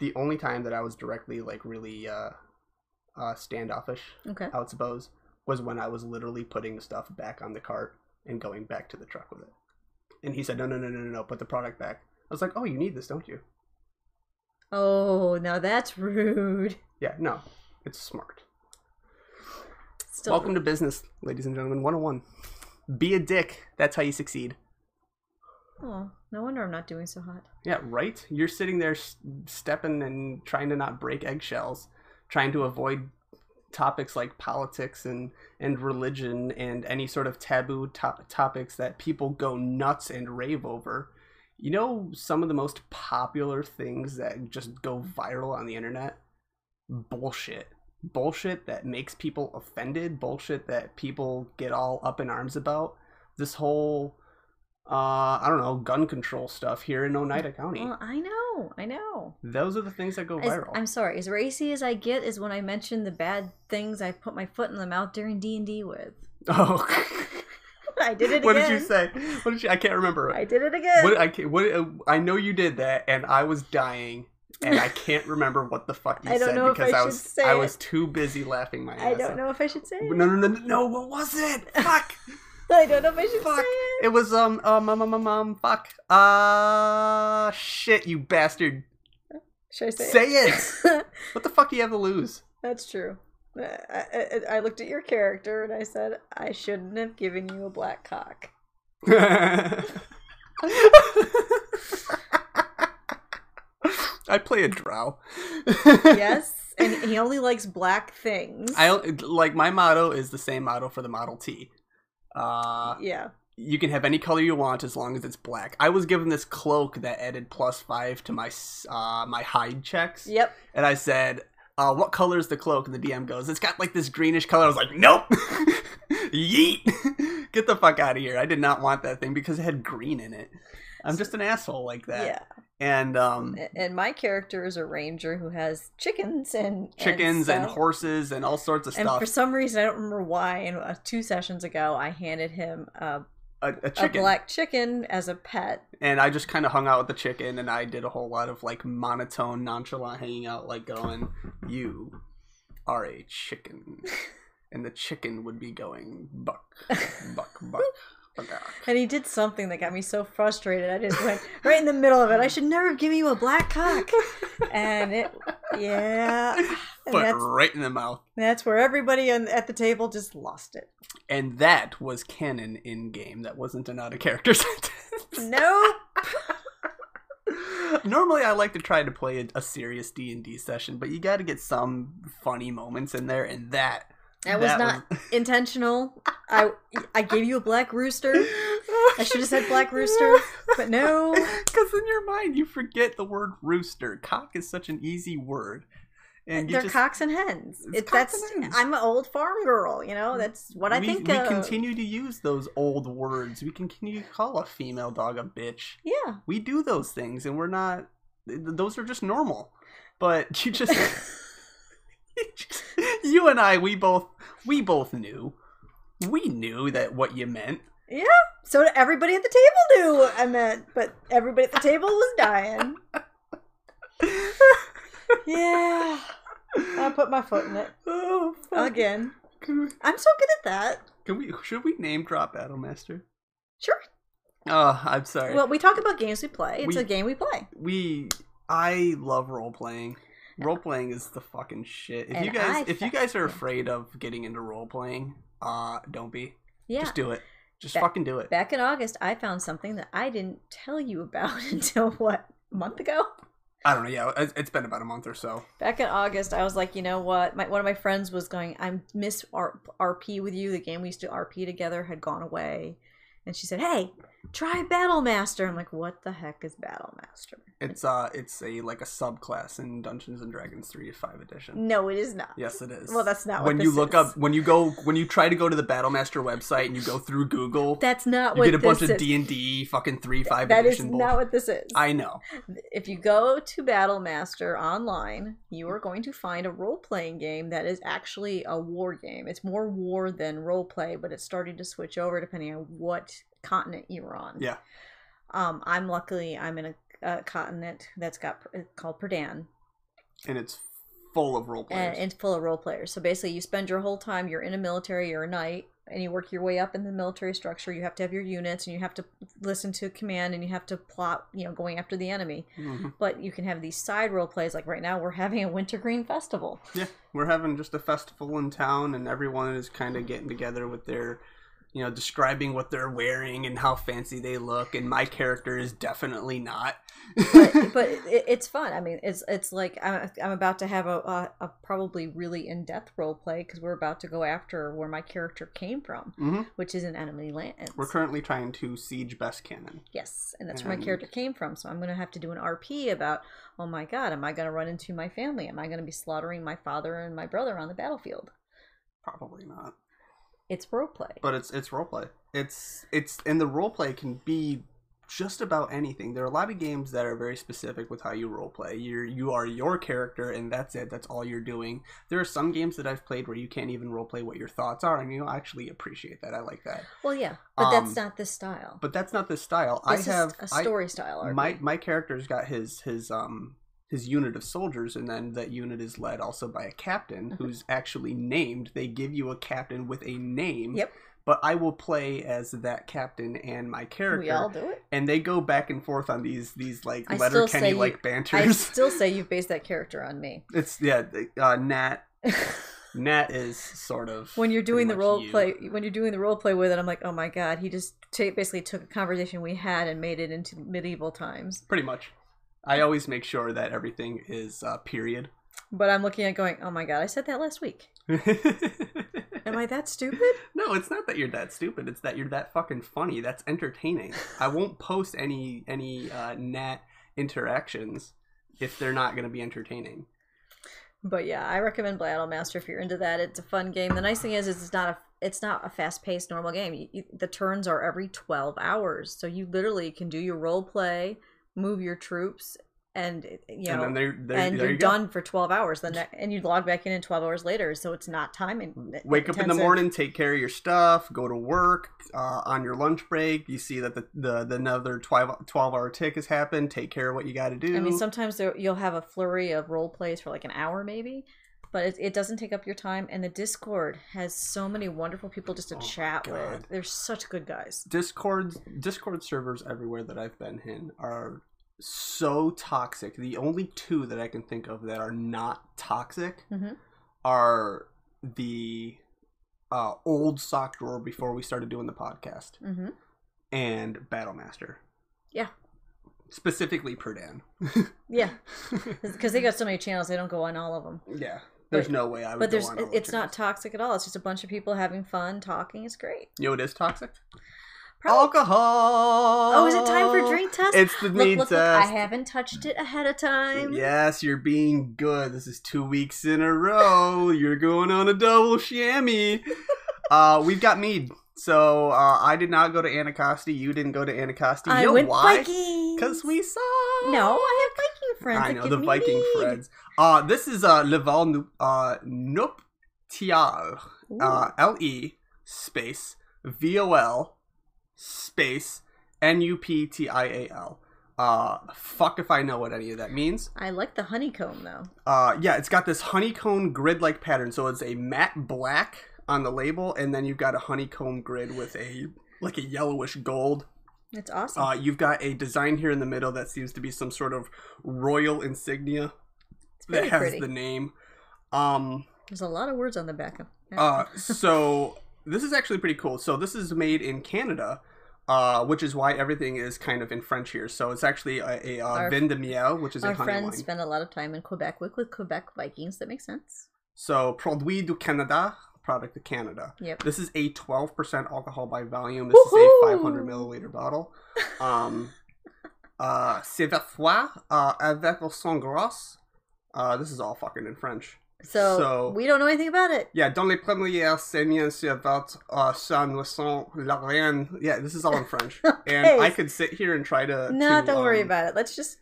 [SPEAKER 1] the only time that I was directly, like, really uh, uh, standoffish,
[SPEAKER 2] Okay.
[SPEAKER 1] I would suppose, was when I was literally putting stuff back on the cart and going back to the truck with it. And he said, no, no, no, no, no, no, put the product back. I was like, oh, you need this, don't you?
[SPEAKER 2] Oh, now that's rude.
[SPEAKER 1] Yeah, no, it's smart.
[SPEAKER 2] Still
[SPEAKER 1] Welcome to business, ladies and gentlemen. 101. Be a dick. That's how you succeed.
[SPEAKER 2] Oh, no wonder I'm not doing so hot.
[SPEAKER 1] Yeah, right? You're sitting there s- stepping and trying to not break eggshells, trying to avoid topics like politics and, and religion and any sort of taboo to- topics that people go nuts and rave over. You know, some of the most popular things that just go viral on the internet? Bullshit. Bullshit that makes people offended, bullshit that people get all up in arms about. This whole uh, I don't know, gun control stuff here in Oneida County.
[SPEAKER 2] Well, I know, I know.
[SPEAKER 1] Those are the things that go
[SPEAKER 2] As-
[SPEAKER 1] viral.
[SPEAKER 2] I'm sorry. As racy as I get is when I mention the bad things I put my foot in the mouth during D and D with.
[SPEAKER 1] oh,
[SPEAKER 2] I did it
[SPEAKER 1] what
[SPEAKER 2] again.
[SPEAKER 1] did you say? What did you? I can't remember.
[SPEAKER 2] I did it again.
[SPEAKER 1] what I can't- what uh, I know you did that, and I was dying, and I can't remember what the fuck you
[SPEAKER 2] I don't
[SPEAKER 1] said
[SPEAKER 2] know if
[SPEAKER 1] because
[SPEAKER 2] I
[SPEAKER 1] I
[SPEAKER 2] should
[SPEAKER 1] was
[SPEAKER 2] say
[SPEAKER 1] I
[SPEAKER 2] it.
[SPEAKER 1] was too busy laughing my ass
[SPEAKER 2] I don't
[SPEAKER 1] off.
[SPEAKER 2] know if I should say it.
[SPEAKER 1] No, no, no, no, no! What was it? Fuck!
[SPEAKER 2] I don't know if I should
[SPEAKER 1] Fuck.
[SPEAKER 2] say it.
[SPEAKER 1] It was um um um um um, um fuck. Uh shit, you bastard!
[SPEAKER 2] Should I say,
[SPEAKER 1] Say it!
[SPEAKER 2] it?
[SPEAKER 1] What the fuck do you have to lose?
[SPEAKER 2] That's true. I, I, I looked at your character and I said I shouldn't have given you a black cock.
[SPEAKER 1] I play a drow. Yes.
[SPEAKER 2] Yes, and he only likes black things.
[SPEAKER 1] I like my motto is the same motto for the Model T. Uh,
[SPEAKER 2] yeah.
[SPEAKER 1] you can have any color you want as long as it's black. I was given this cloak that added plus five to my s- uh, my hide checks,
[SPEAKER 2] Yep.
[SPEAKER 1] and I said, uh, "What color is the cloak?" And the DM goes, "It's got like this greenish color." I was like, "Nope, yeet, get the fuck out of here!" I did not want that thing because it had green in it. I'm just an asshole like that.
[SPEAKER 2] Yeah.
[SPEAKER 1] and um,
[SPEAKER 2] A- And my character is a ranger who has chickens and
[SPEAKER 1] chickens and,
[SPEAKER 2] stuff.
[SPEAKER 1] horses and all sorts of
[SPEAKER 2] And
[SPEAKER 1] stuff.
[SPEAKER 2] for some reason, I don't remember why. And uh, two sessions ago, I handed him a,
[SPEAKER 1] a, a
[SPEAKER 2] a
[SPEAKER 1] chicken,
[SPEAKER 2] black chicken as a pet.
[SPEAKER 1] and I just kind of hung out with the chicken, and I did a whole lot of like monotone, nonchalant hanging out, like going, "You are a chicken," and the chicken would be going, "Buck, buck, buck."
[SPEAKER 2] And he did something that got me so frustrated. I just went right in the middle of it. I should never have given you a black cock. And it, yeah. And
[SPEAKER 1] But
[SPEAKER 2] that's,
[SPEAKER 1] right in the mouth.
[SPEAKER 2] that's where everybody on, at the table just lost it.
[SPEAKER 1] And that was canon in game. That wasn't an out of character sentence.
[SPEAKER 2] Nope.
[SPEAKER 1] Normally, I like to try to play a, a serious D and D session, but you got to get some funny moments in there, and that
[SPEAKER 2] That was not intentional. I, I gave you a black rooster. I should have said black rooster, but no.
[SPEAKER 1] Because in your mind, you forget the word rooster. Cock is such an easy word, and you
[SPEAKER 2] They're
[SPEAKER 1] just
[SPEAKER 2] cocks and hens.
[SPEAKER 1] It's
[SPEAKER 2] It,
[SPEAKER 1] cocks
[SPEAKER 2] that's
[SPEAKER 1] and hens.
[SPEAKER 2] I'm an old farm girl, you know. That's what I
[SPEAKER 1] we,
[SPEAKER 2] think
[SPEAKER 1] we
[SPEAKER 2] of.
[SPEAKER 1] continue to use those old words. We continue to call a female dog a bitch.
[SPEAKER 2] Yeah.
[SPEAKER 1] We do those things, and we're not. th- Those are just normal. But you just, you and I, we both, we both knew, we knew that what you meant.
[SPEAKER 2] So everybody at the table knew what I meant, but everybody at the table was dying. Yeah. I put my foot in it
[SPEAKER 1] Oh, fuck.
[SPEAKER 2] again.
[SPEAKER 1] Can we-
[SPEAKER 2] I'm so good at that.
[SPEAKER 1] Can we? Should we name drop Battlemaster?
[SPEAKER 2] Sure.
[SPEAKER 1] Oh, I'm sorry.
[SPEAKER 2] Well, we talk about games we play. It's
[SPEAKER 1] We-
[SPEAKER 2] a game we play.
[SPEAKER 1] we I love role playing. Role playing is the fucking shit. If you
[SPEAKER 2] And
[SPEAKER 1] guys
[SPEAKER 2] I
[SPEAKER 1] if you guys are
[SPEAKER 2] fucking-
[SPEAKER 1] afraid of getting into role playing, uh don't be.
[SPEAKER 2] Yeah.
[SPEAKER 1] Just do it. Just
[SPEAKER 2] That-
[SPEAKER 1] fucking do it.
[SPEAKER 2] Back in August, I found something that I didn't tell you about until what a month ago.
[SPEAKER 1] I don't know. Yeah, it's- it's been about a month or so.
[SPEAKER 2] Back in August, I was like, you know what? My, one of my friends was going, I miss R- RP with you. The game we used to RP together had gone away. And she said, hey, try Battlemaster. I'm like, what the heck is Battlemaster?
[SPEAKER 1] It's uh it's a like a subclass in Dungeons and Dragons 3 to 5 edition.
[SPEAKER 2] No, it is not.
[SPEAKER 1] Yes, it is.
[SPEAKER 2] Mm. Well, that's not
[SPEAKER 1] when
[SPEAKER 2] what
[SPEAKER 1] you
[SPEAKER 2] this is.
[SPEAKER 1] look up when you go when you try to go to the Battlemaster website and you go through Google,
[SPEAKER 2] That's not
[SPEAKER 1] you
[SPEAKER 2] what
[SPEAKER 1] get a bunch
[SPEAKER 2] this
[SPEAKER 1] of
[SPEAKER 2] is.
[SPEAKER 1] D and D fucking three five
[SPEAKER 2] That is
[SPEAKER 1] edition. bull-
[SPEAKER 2] not what this is.
[SPEAKER 1] I know.
[SPEAKER 2] If you go to Battlemaster online, you are going to find a role playing game that is actually a war game. It's more war than role play, but it's starting to switch over depending on what continent you're on.
[SPEAKER 1] Yeah.
[SPEAKER 2] Um, I'm luckily I'm in a, a continent that's got called Perdan,
[SPEAKER 1] And it's full of role
[SPEAKER 2] and
[SPEAKER 1] players.
[SPEAKER 2] it's full of role players. So basically, you spend your whole time. You're in a military. You're a knight, and you work your way up in the military structure. You have to have your units, and you have to listen to command, and you have to plot. You know, going after the enemy.
[SPEAKER 1] Mhm.
[SPEAKER 2] But you can have these side role plays. Like right now, we're having a wintergreen festival.
[SPEAKER 1] Yeah, we're having just a festival in town, and everyone is kind of getting together with their, you know, describing what they're wearing and how fancy they look. And my character is definitely not.
[SPEAKER 2] But, but it, it's fun. I mean, it's it's like I'm, I'm about to have a, a, a probably really in depth role play because we're about to go after where my character came from,
[SPEAKER 1] Mhm.
[SPEAKER 2] which is an enemy land.
[SPEAKER 1] we're currently trying to siege Best Cannon.
[SPEAKER 2] Yes, and that's where my
[SPEAKER 1] And-
[SPEAKER 2] character came from. So I'm going to have to do an RP about, oh my god, am I going to run into my family? Am I going to be slaughtering my father and my brother on the battlefield?
[SPEAKER 1] Probably not,
[SPEAKER 2] It's roleplay.
[SPEAKER 1] but it's it's roleplay. It's it's and the roleplay can be just about anything. There are a lot of games that are very specific with how you roleplay. You you are your character, and that's it. That's all you're doing. There are some games that I've played where you can't even roleplay what your thoughts are, and you actually appreciate that. I like that.
[SPEAKER 2] Well, yeah, but
[SPEAKER 1] Um,
[SPEAKER 2] that's not this style.
[SPEAKER 1] but that's not the style.
[SPEAKER 2] this
[SPEAKER 1] I have
[SPEAKER 2] is a
[SPEAKER 1] I-
[SPEAKER 2] story style. RP.
[SPEAKER 1] my my character's got his his um his unit of soldiers, and then that unit is led also by a captain
[SPEAKER 2] Mhm.
[SPEAKER 1] who's actually named. They give you a captain with a name.
[SPEAKER 2] Yep.
[SPEAKER 1] But I will play as that captain and my character,
[SPEAKER 2] we all do it.
[SPEAKER 1] and they go back and forth on these these like
[SPEAKER 2] I still
[SPEAKER 1] letter Kenny
[SPEAKER 2] say you-
[SPEAKER 1] like
[SPEAKER 2] I
[SPEAKER 1] banters.
[SPEAKER 2] still say you've based that character on me.
[SPEAKER 1] It's yeah. Uh, Nat Nat is sort of
[SPEAKER 2] when you're doing the
[SPEAKER 1] pretty
[SPEAKER 2] role
[SPEAKER 1] much you.
[SPEAKER 2] play, when you're doing the role play with it, I'm like, oh my god, he just ta basically took a conversation we had and made it into medieval times.
[SPEAKER 1] Pretty much, I always make sure that everything is uh, period.
[SPEAKER 2] But I'm looking at going, oh my god, I said that last week. Am I that stupid?
[SPEAKER 1] No, it's not that you're that stupid. It's that you're that fucking funny. That's entertaining. I won't post any any uh, Nat interactions if they're not going to be entertaining.
[SPEAKER 2] But yeah, I recommend Battlemaster if you're into that. It's a fun game. The nice thing is, is it's not a it's not a fast paced normal game. You, you, the turns are every twelve hours, so you literally can do your role play, move your troops, and you
[SPEAKER 1] and
[SPEAKER 2] know,
[SPEAKER 1] then
[SPEAKER 2] and,
[SPEAKER 1] there, there, there
[SPEAKER 2] you're
[SPEAKER 1] you go.
[SPEAKER 2] done for twelve hours. Then and you log back in in twelve hours later, so it's not time. In,
[SPEAKER 1] Wake up in the
[SPEAKER 2] intensive.
[SPEAKER 1] morning, take care of your stuff, go to work. Uh, on your lunch break, you see that the the, the another 12, 12 hour tick has happened. Take care of what you got to do.
[SPEAKER 2] I mean, sometimes there, you'll have a flurry of role plays for like an hour, maybe, but it, it doesn't take up your time and the discord has so many wonderful people just to
[SPEAKER 1] Oh my
[SPEAKER 2] chat
[SPEAKER 1] God.
[SPEAKER 2] with they're such good guys
[SPEAKER 1] Discords Discord servers everywhere that I've been in are so toxic. The only two that I can think of that are not toxic
[SPEAKER 2] Mhm.
[SPEAKER 1] are the uh, old sock drawer before we started doing the podcast
[SPEAKER 2] mm-hmm.
[SPEAKER 1] and Battlemaster.
[SPEAKER 2] Yeah.
[SPEAKER 1] Specifically Perdan.
[SPEAKER 2] yeah because they got so many channels they don't go on all of them
[SPEAKER 1] yeah. There's
[SPEAKER 2] But-
[SPEAKER 1] no way I would.
[SPEAKER 2] but
[SPEAKER 1] go
[SPEAKER 2] there's
[SPEAKER 1] on all
[SPEAKER 2] it-
[SPEAKER 1] the
[SPEAKER 2] it's not
[SPEAKER 1] channels.
[SPEAKER 2] toxic at all it's just a bunch of people having fun talking it's great
[SPEAKER 1] You know what is toxic?
[SPEAKER 2] Probably-
[SPEAKER 1] Alcohol.
[SPEAKER 2] oh is it time for drink test
[SPEAKER 1] It's the
[SPEAKER 2] look,
[SPEAKER 1] need
[SPEAKER 2] look, look, i
[SPEAKER 1] test.
[SPEAKER 2] haven't touched it ahead of time
[SPEAKER 1] Yes, you're being good. This is two weeks in a row. You're going on a double chamois. uh, we've got mead. So uh, I did not go to Anacostia. You didn't go to Anacostia. You
[SPEAKER 2] i
[SPEAKER 1] know
[SPEAKER 2] went
[SPEAKER 1] why?
[SPEAKER 2] vikings
[SPEAKER 1] Because we saw.
[SPEAKER 2] no i have viking friends
[SPEAKER 1] I
[SPEAKER 2] that
[SPEAKER 1] know
[SPEAKER 2] give
[SPEAKER 1] the
[SPEAKER 2] me
[SPEAKER 1] Viking
[SPEAKER 2] mead.
[SPEAKER 1] friends. Uh, this is uh, Leval Nu- uh, Nuptial.
[SPEAKER 2] Ooh.
[SPEAKER 1] Uh, L E space V O L space N U P T I A L. Uh, fuck if I know what any of that means.
[SPEAKER 2] i like the honeycomb though
[SPEAKER 1] Uh, yeah, it's got this honeycomb grid like pattern. So it's a matte black on the label, and then you've got a honeycomb grid with a like a yellowish gold.
[SPEAKER 2] it's awesome
[SPEAKER 1] Uh, you've got a design here in the middle that seems to be some sort of royal insignia
[SPEAKER 2] it's
[SPEAKER 1] that
[SPEAKER 2] very
[SPEAKER 1] has
[SPEAKER 2] pretty
[SPEAKER 1] the name. Um,
[SPEAKER 2] there's a lot of words on the back of that.
[SPEAKER 1] uh, so this is actually pretty cool. So this is made in Canada, uh, which is why everything is kind of in French here. So it's actually a, a uh,
[SPEAKER 2] Our-
[SPEAKER 1] vin de miel, which is a
[SPEAKER 2] Our
[SPEAKER 1] honey
[SPEAKER 2] friends
[SPEAKER 1] wine.
[SPEAKER 2] spend a lot of time in Quebec with, with Quebec Vikings. That makes sense.
[SPEAKER 1] So produit du Canada, product of Canada.
[SPEAKER 2] Yep.
[SPEAKER 1] This is a 12% alcohol by volume. This
[SPEAKER 2] Woohoo!
[SPEAKER 1] is a 500 milliliter bottle. Um, uh, c'est parfois uh, avec le sang gros. Uh, this is all fucking in French.
[SPEAKER 2] So,
[SPEAKER 1] so-
[SPEAKER 2] we don't know anything about it.
[SPEAKER 1] Yeah, dans les premières semaines suivantes, uh, ça ne sent la rien. Yeah, this is all in French. And
[SPEAKER 2] Okay.
[SPEAKER 1] I could sit here and try to.
[SPEAKER 2] no,
[SPEAKER 1] to,
[SPEAKER 2] don't worry
[SPEAKER 1] um,
[SPEAKER 2] about it. Let's just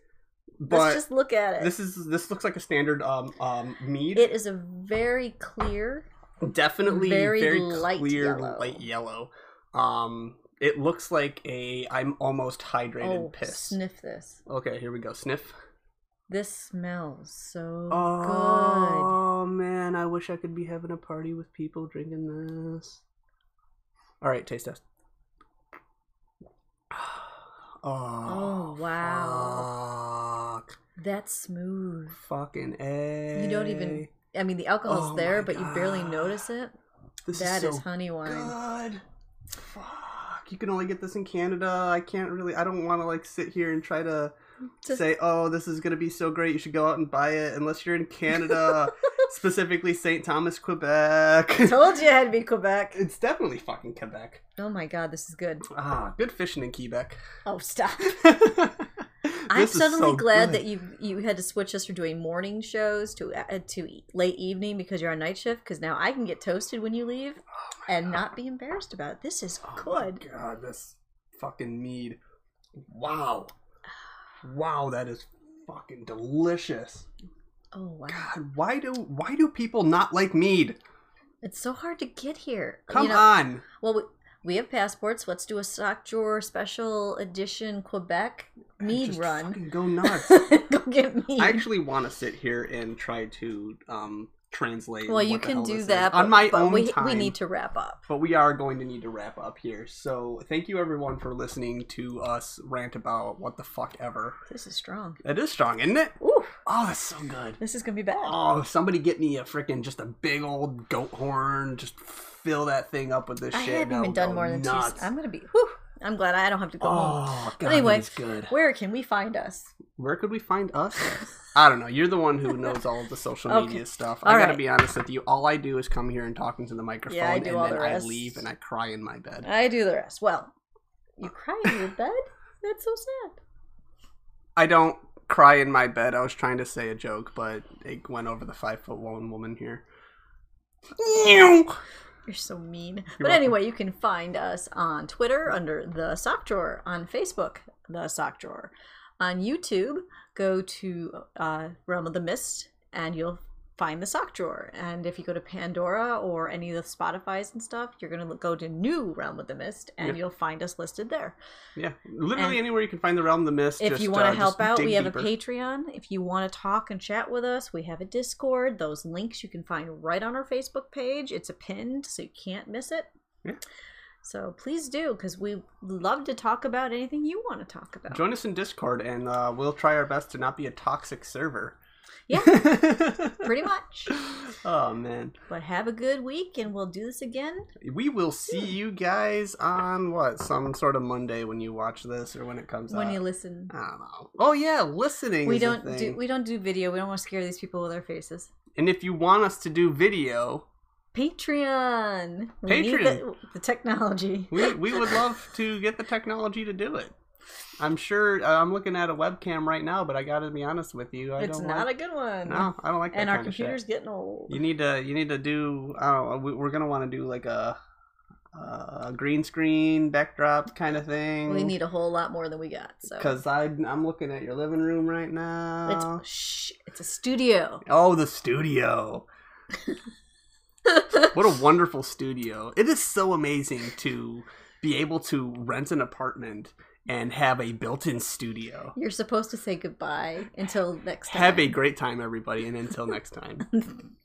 [SPEAKER 1] But
[SPEAKER 2] let's just look at it.
[SPEAKER 1] this is this looks like a standard um um mead.
[SPEAKER 2] it is a very clear.
[SPEAKER 1] definitely very,
[SPEAKER 2] Very light
[SPEAKER 1] clear
[SPEAKER 2] yellow.
[SPEAKER 1] light yellow um it looks like a i'm almost hydrated
[SPEAKER 2] Oh,
[SPEAKER 1] piss
[SPEAKER 2] sniff this.
[SPEAKER 1] okay here we go sniff
[SPEAKER 2] This smells so Oh, good.
[SPEAKER 1] oh man i wish i could be having a party with people drinking this all right taste test oh,
[SPEAKER 2] Oh wow,
[SPEAKER 1] fuck.
[SPEAKER 2] that's smooth.
[SPEAKER 1] fucking a
[SPEAKER 2] You don't even. I mean, the alcohol's
[SPEAKER 1] Oh
[SPEAKER 2] there,
[SPEAKER 1] my
[SPEAKER 2] but you barely
[SPEAKER 1] God.
[SPEAKER 2] notice it.
[SPEAKER 1] this
[SPEAKER 2] that
[SPEAKER 1] so
[SPEAKER 2] is honey wine.
[SPEAKER 1] God. Fuck. You can only get this in Canada. I can't really I don't want to like sit here and try to
[SPEAKER 2] Just-
[SPEAKER 1] say, "Oh, this is going to be so great. You should go out and buy it." Unless you're in Canada, specifically St. Thomas, Quebec.
[SPEAKER 2] Told you it had to be Quebec.
[SPEAKER 1] it's definitely fucking Quebec.
[SPEAKER 2] Oh my god, this is good.
[SPEAKER 1] Ah, good fishing in Quebec.
[SPEAKER 2] Oh, stop. I'm
[SPEAKER 1] This is
[SPEAKER 2] suddenly
[SPEAKER 1] so
[SPEAKER 2] glad
[SPEAKER 1] good.
[SPEAKER 2] that you you had to switch us from doing morning shows to uh, to e- late evening because you're on night shift. Because now I can get toasted when you leave and not be embarrassed about it. This is
[SPEAKER 1] Oh my
[SPEAKER 2] good.
[SPEAKER 1] God, this fucking mead. Wow. Wow, that is fucking delicious.
[SPEAKER 2] Oh wow,
[SPEAKER 1] God, why do why do people not like mead?
[SPEAKER 2] it's so hard to get here.
[SPEAKER 1] Come
[SPEAKER 2] you know,
[SPEAKER 1] on.
[SPEAKER 2] Well, we, we have passports. Let's do a sock drawer special edition Quebec mead
[SPEAKER 1] Just
[SPEAKER 2] run.
[SPEAKER 1] fucking go nuts.
[SPEAKER 2] Go get mead.
[SPEAKER 1] I actually want to sit here and try to um translate.
[SPEAKER 2] well,
[SPEAKER 1] what
[SPEAKER 2] you
[SPEAKER 1] the
[SPEAKER 2] can
[SPEAKER 1] hell
[SPEAKER 2] do
[SPEAKER 1] this is.
[SPEAKER 2] that
[SPEAKER 1] on
[SPEAKER 2] but-
[SPEAKER 1] my
[SPEAKER 2] but
[SPEAKER 1] own
[SPEAKER 2] we,
[SPEAKER 1] time.
[SPEAKER 2] We need to wrap up.
[SPEAKER 1] But we are going to need to wrap up here. So thank you everyone for listening to us rant about what the fuck ever.
[SPEAKER 2] This is strong.
[SPEAKER 1] That is strong, isn't it?
[SPEAKER 2] Ooh,
[SPEAKER 1] Oh, that's so good.
[SPEAKER 2] this is gonna be bad.
[SPEAKER 1] Oh, somebody get me a freaking just a big old goat horn. Just fill that thing up with this
[SPEAKER 2] I
[SPEAKER 1] shit. and
[SPEAKER 2] haven't
[SPEAKER 1] I'll
[SPEAKER 2] even done
[SPEAKER 1] go
[SPEAKER 2] more than
[SPEAKER 1] nuts.
[SPEAKER 2] two. I'm gonna be. Whew, I'm glad I don't have to go home.
[SPEAKER 1] Oh, God,
[SPEAKER 2] anyway,
[SPEAKER 1] that is good.
[SPEAKER 2] Where can we find us?
[SPEAKER 1] Where could we find us? I don't know. You're the one who knows all of the social
[SPEAKER 2] Okay.
[SPEAKER 1] media stuff. I
[SPEAKER 2] All
[SPEAKER 1] gotta
[SPEAKER 2] right.
[SPEAKER 1] be honest with you. All I do is come here and talk into the microphone,
[SPEAKER 2] Yeah, I do
[SPEAKER 1] and
[SPEAKER 2] all
[SPEAKER 1] then
[SPEAKER 2] the
[SPEAKER 1] I
[SPEAKER 2] rest.
[SPEAKER 1] leave and I cry in my bed.
[SPEAKER 2] I do the rest. Well, you cry in your bed. That's so sad.
[SPEAKER 1] I don't cry in my bed. I was trying to say a joke, but it went over the five foot one woman here.
[SPEAKER 2] You're so mean. but
[SPEAKER 1] welcome.
[SPEAKER 2] anyway, you can find us on Twitter under the sock drawer, on Facebook, the sock drawer, on YouTube. Go to uh, Realm of the Mist, and you'll find the sock drawer. And if you go to Pandora or any of the Spotify's and stuff, you're going to go to New Realm of the Mist and
[SPEAKER 1] Yeah.
[SPEAKER 2] you'll find us listed there.
[SPEAKER 1] Yeah, literally
[SPEAKER 2] And-
[SPEAKER 1] anywhere you can find the realm, the mist.
[SPEAKER 2] If
[SPEAKER 1] just,
[SPEAKER 2] you want
[SPEAKER 1] uh,
[SPEAKER 2] to help
[SPEAKER 1] just
[SPEAKER 2] out,
[SPEAKER 1] dig
[SPEAKER 2] we have
[SPEAKER 1] deeper.
[SPEAKER 2] a Patreon. If you want to talk and chat with us, we have a Discord. Those links you can find right on our Facebook page. It's a pinned, so you can't miss it.
[SPEAKER 1] Yeah.
[SPEAKER 2] So please do, because we love to talk about anything you want to talk about.
[SPEAKER 1] Join us in Discord, and uh, we'll try our best to not be a toxic server.
[SPEAKER 2] Yeah.
[SPEAKER 1] pretty
[SPEAKER 2] Pretty much.
[SPEAKER 1] Oh man,
[SPEAKER 2] But have a good week, and we'll do this again.
[SPEAKER 1] we will see you guys on what some sort of Monday when you watch this or when it comes
[SPEAKER 2] when
[SPEAKER 1] out.
[SPEAKER 2] you listen.
[SPEAKER 1] I don't know. Oh yeah, listening.
[SPEAKER 2] We
[SPEAKER 1] is a
[SPEAKER 2] don't do
[SPEAKER 1] thing.
[SPEAKER 2] we don't do video. We don't want to scare these people with our faces.
[SPEAKER 1] And if you want us to do video,
[SPEAKER 2] Patreon. We need the,
[SPEAKER 1] Patreon.
[SPEAKER 2] the technology.
[SPEAKER 1] we we would love to get the technology to do it. I'm sure. uh, I'm looking at a webcam right now, but I got to be honest with you, I
[SPEAKER 2] it's
[SPEAKER 1] don't
[SPEAKER 2] not
[SPEAKER 1] like,
[SPEAKER 2] a good one.
[SPEAKER 1] no, I don't like that
[SPEAKER 2] and our
[SPEAKER 1] kind of shit.
[SPEAKER 2] computer's getting old.
[SPEAKER 1] You need to you need to do. I don't know, we- we're gonna want to do like a a green screen backdrop kind of thing.
[SPEAKER 2] we need a whole lot more than we got. So
[SPEAKER 1] because I I'm looking at your living room right now.
[SPEAKER 2] it's shh, it's a studio.
[SPEAKER 1] Oh, the studio! What a wonderful studio! It is so amazing to be able to rent an apartment and have a built-in studio.
[SPEAKER 2] You're supposed to say goodbye until next time.
[SPEAKER 1] Have a great time, everybody, and until next time.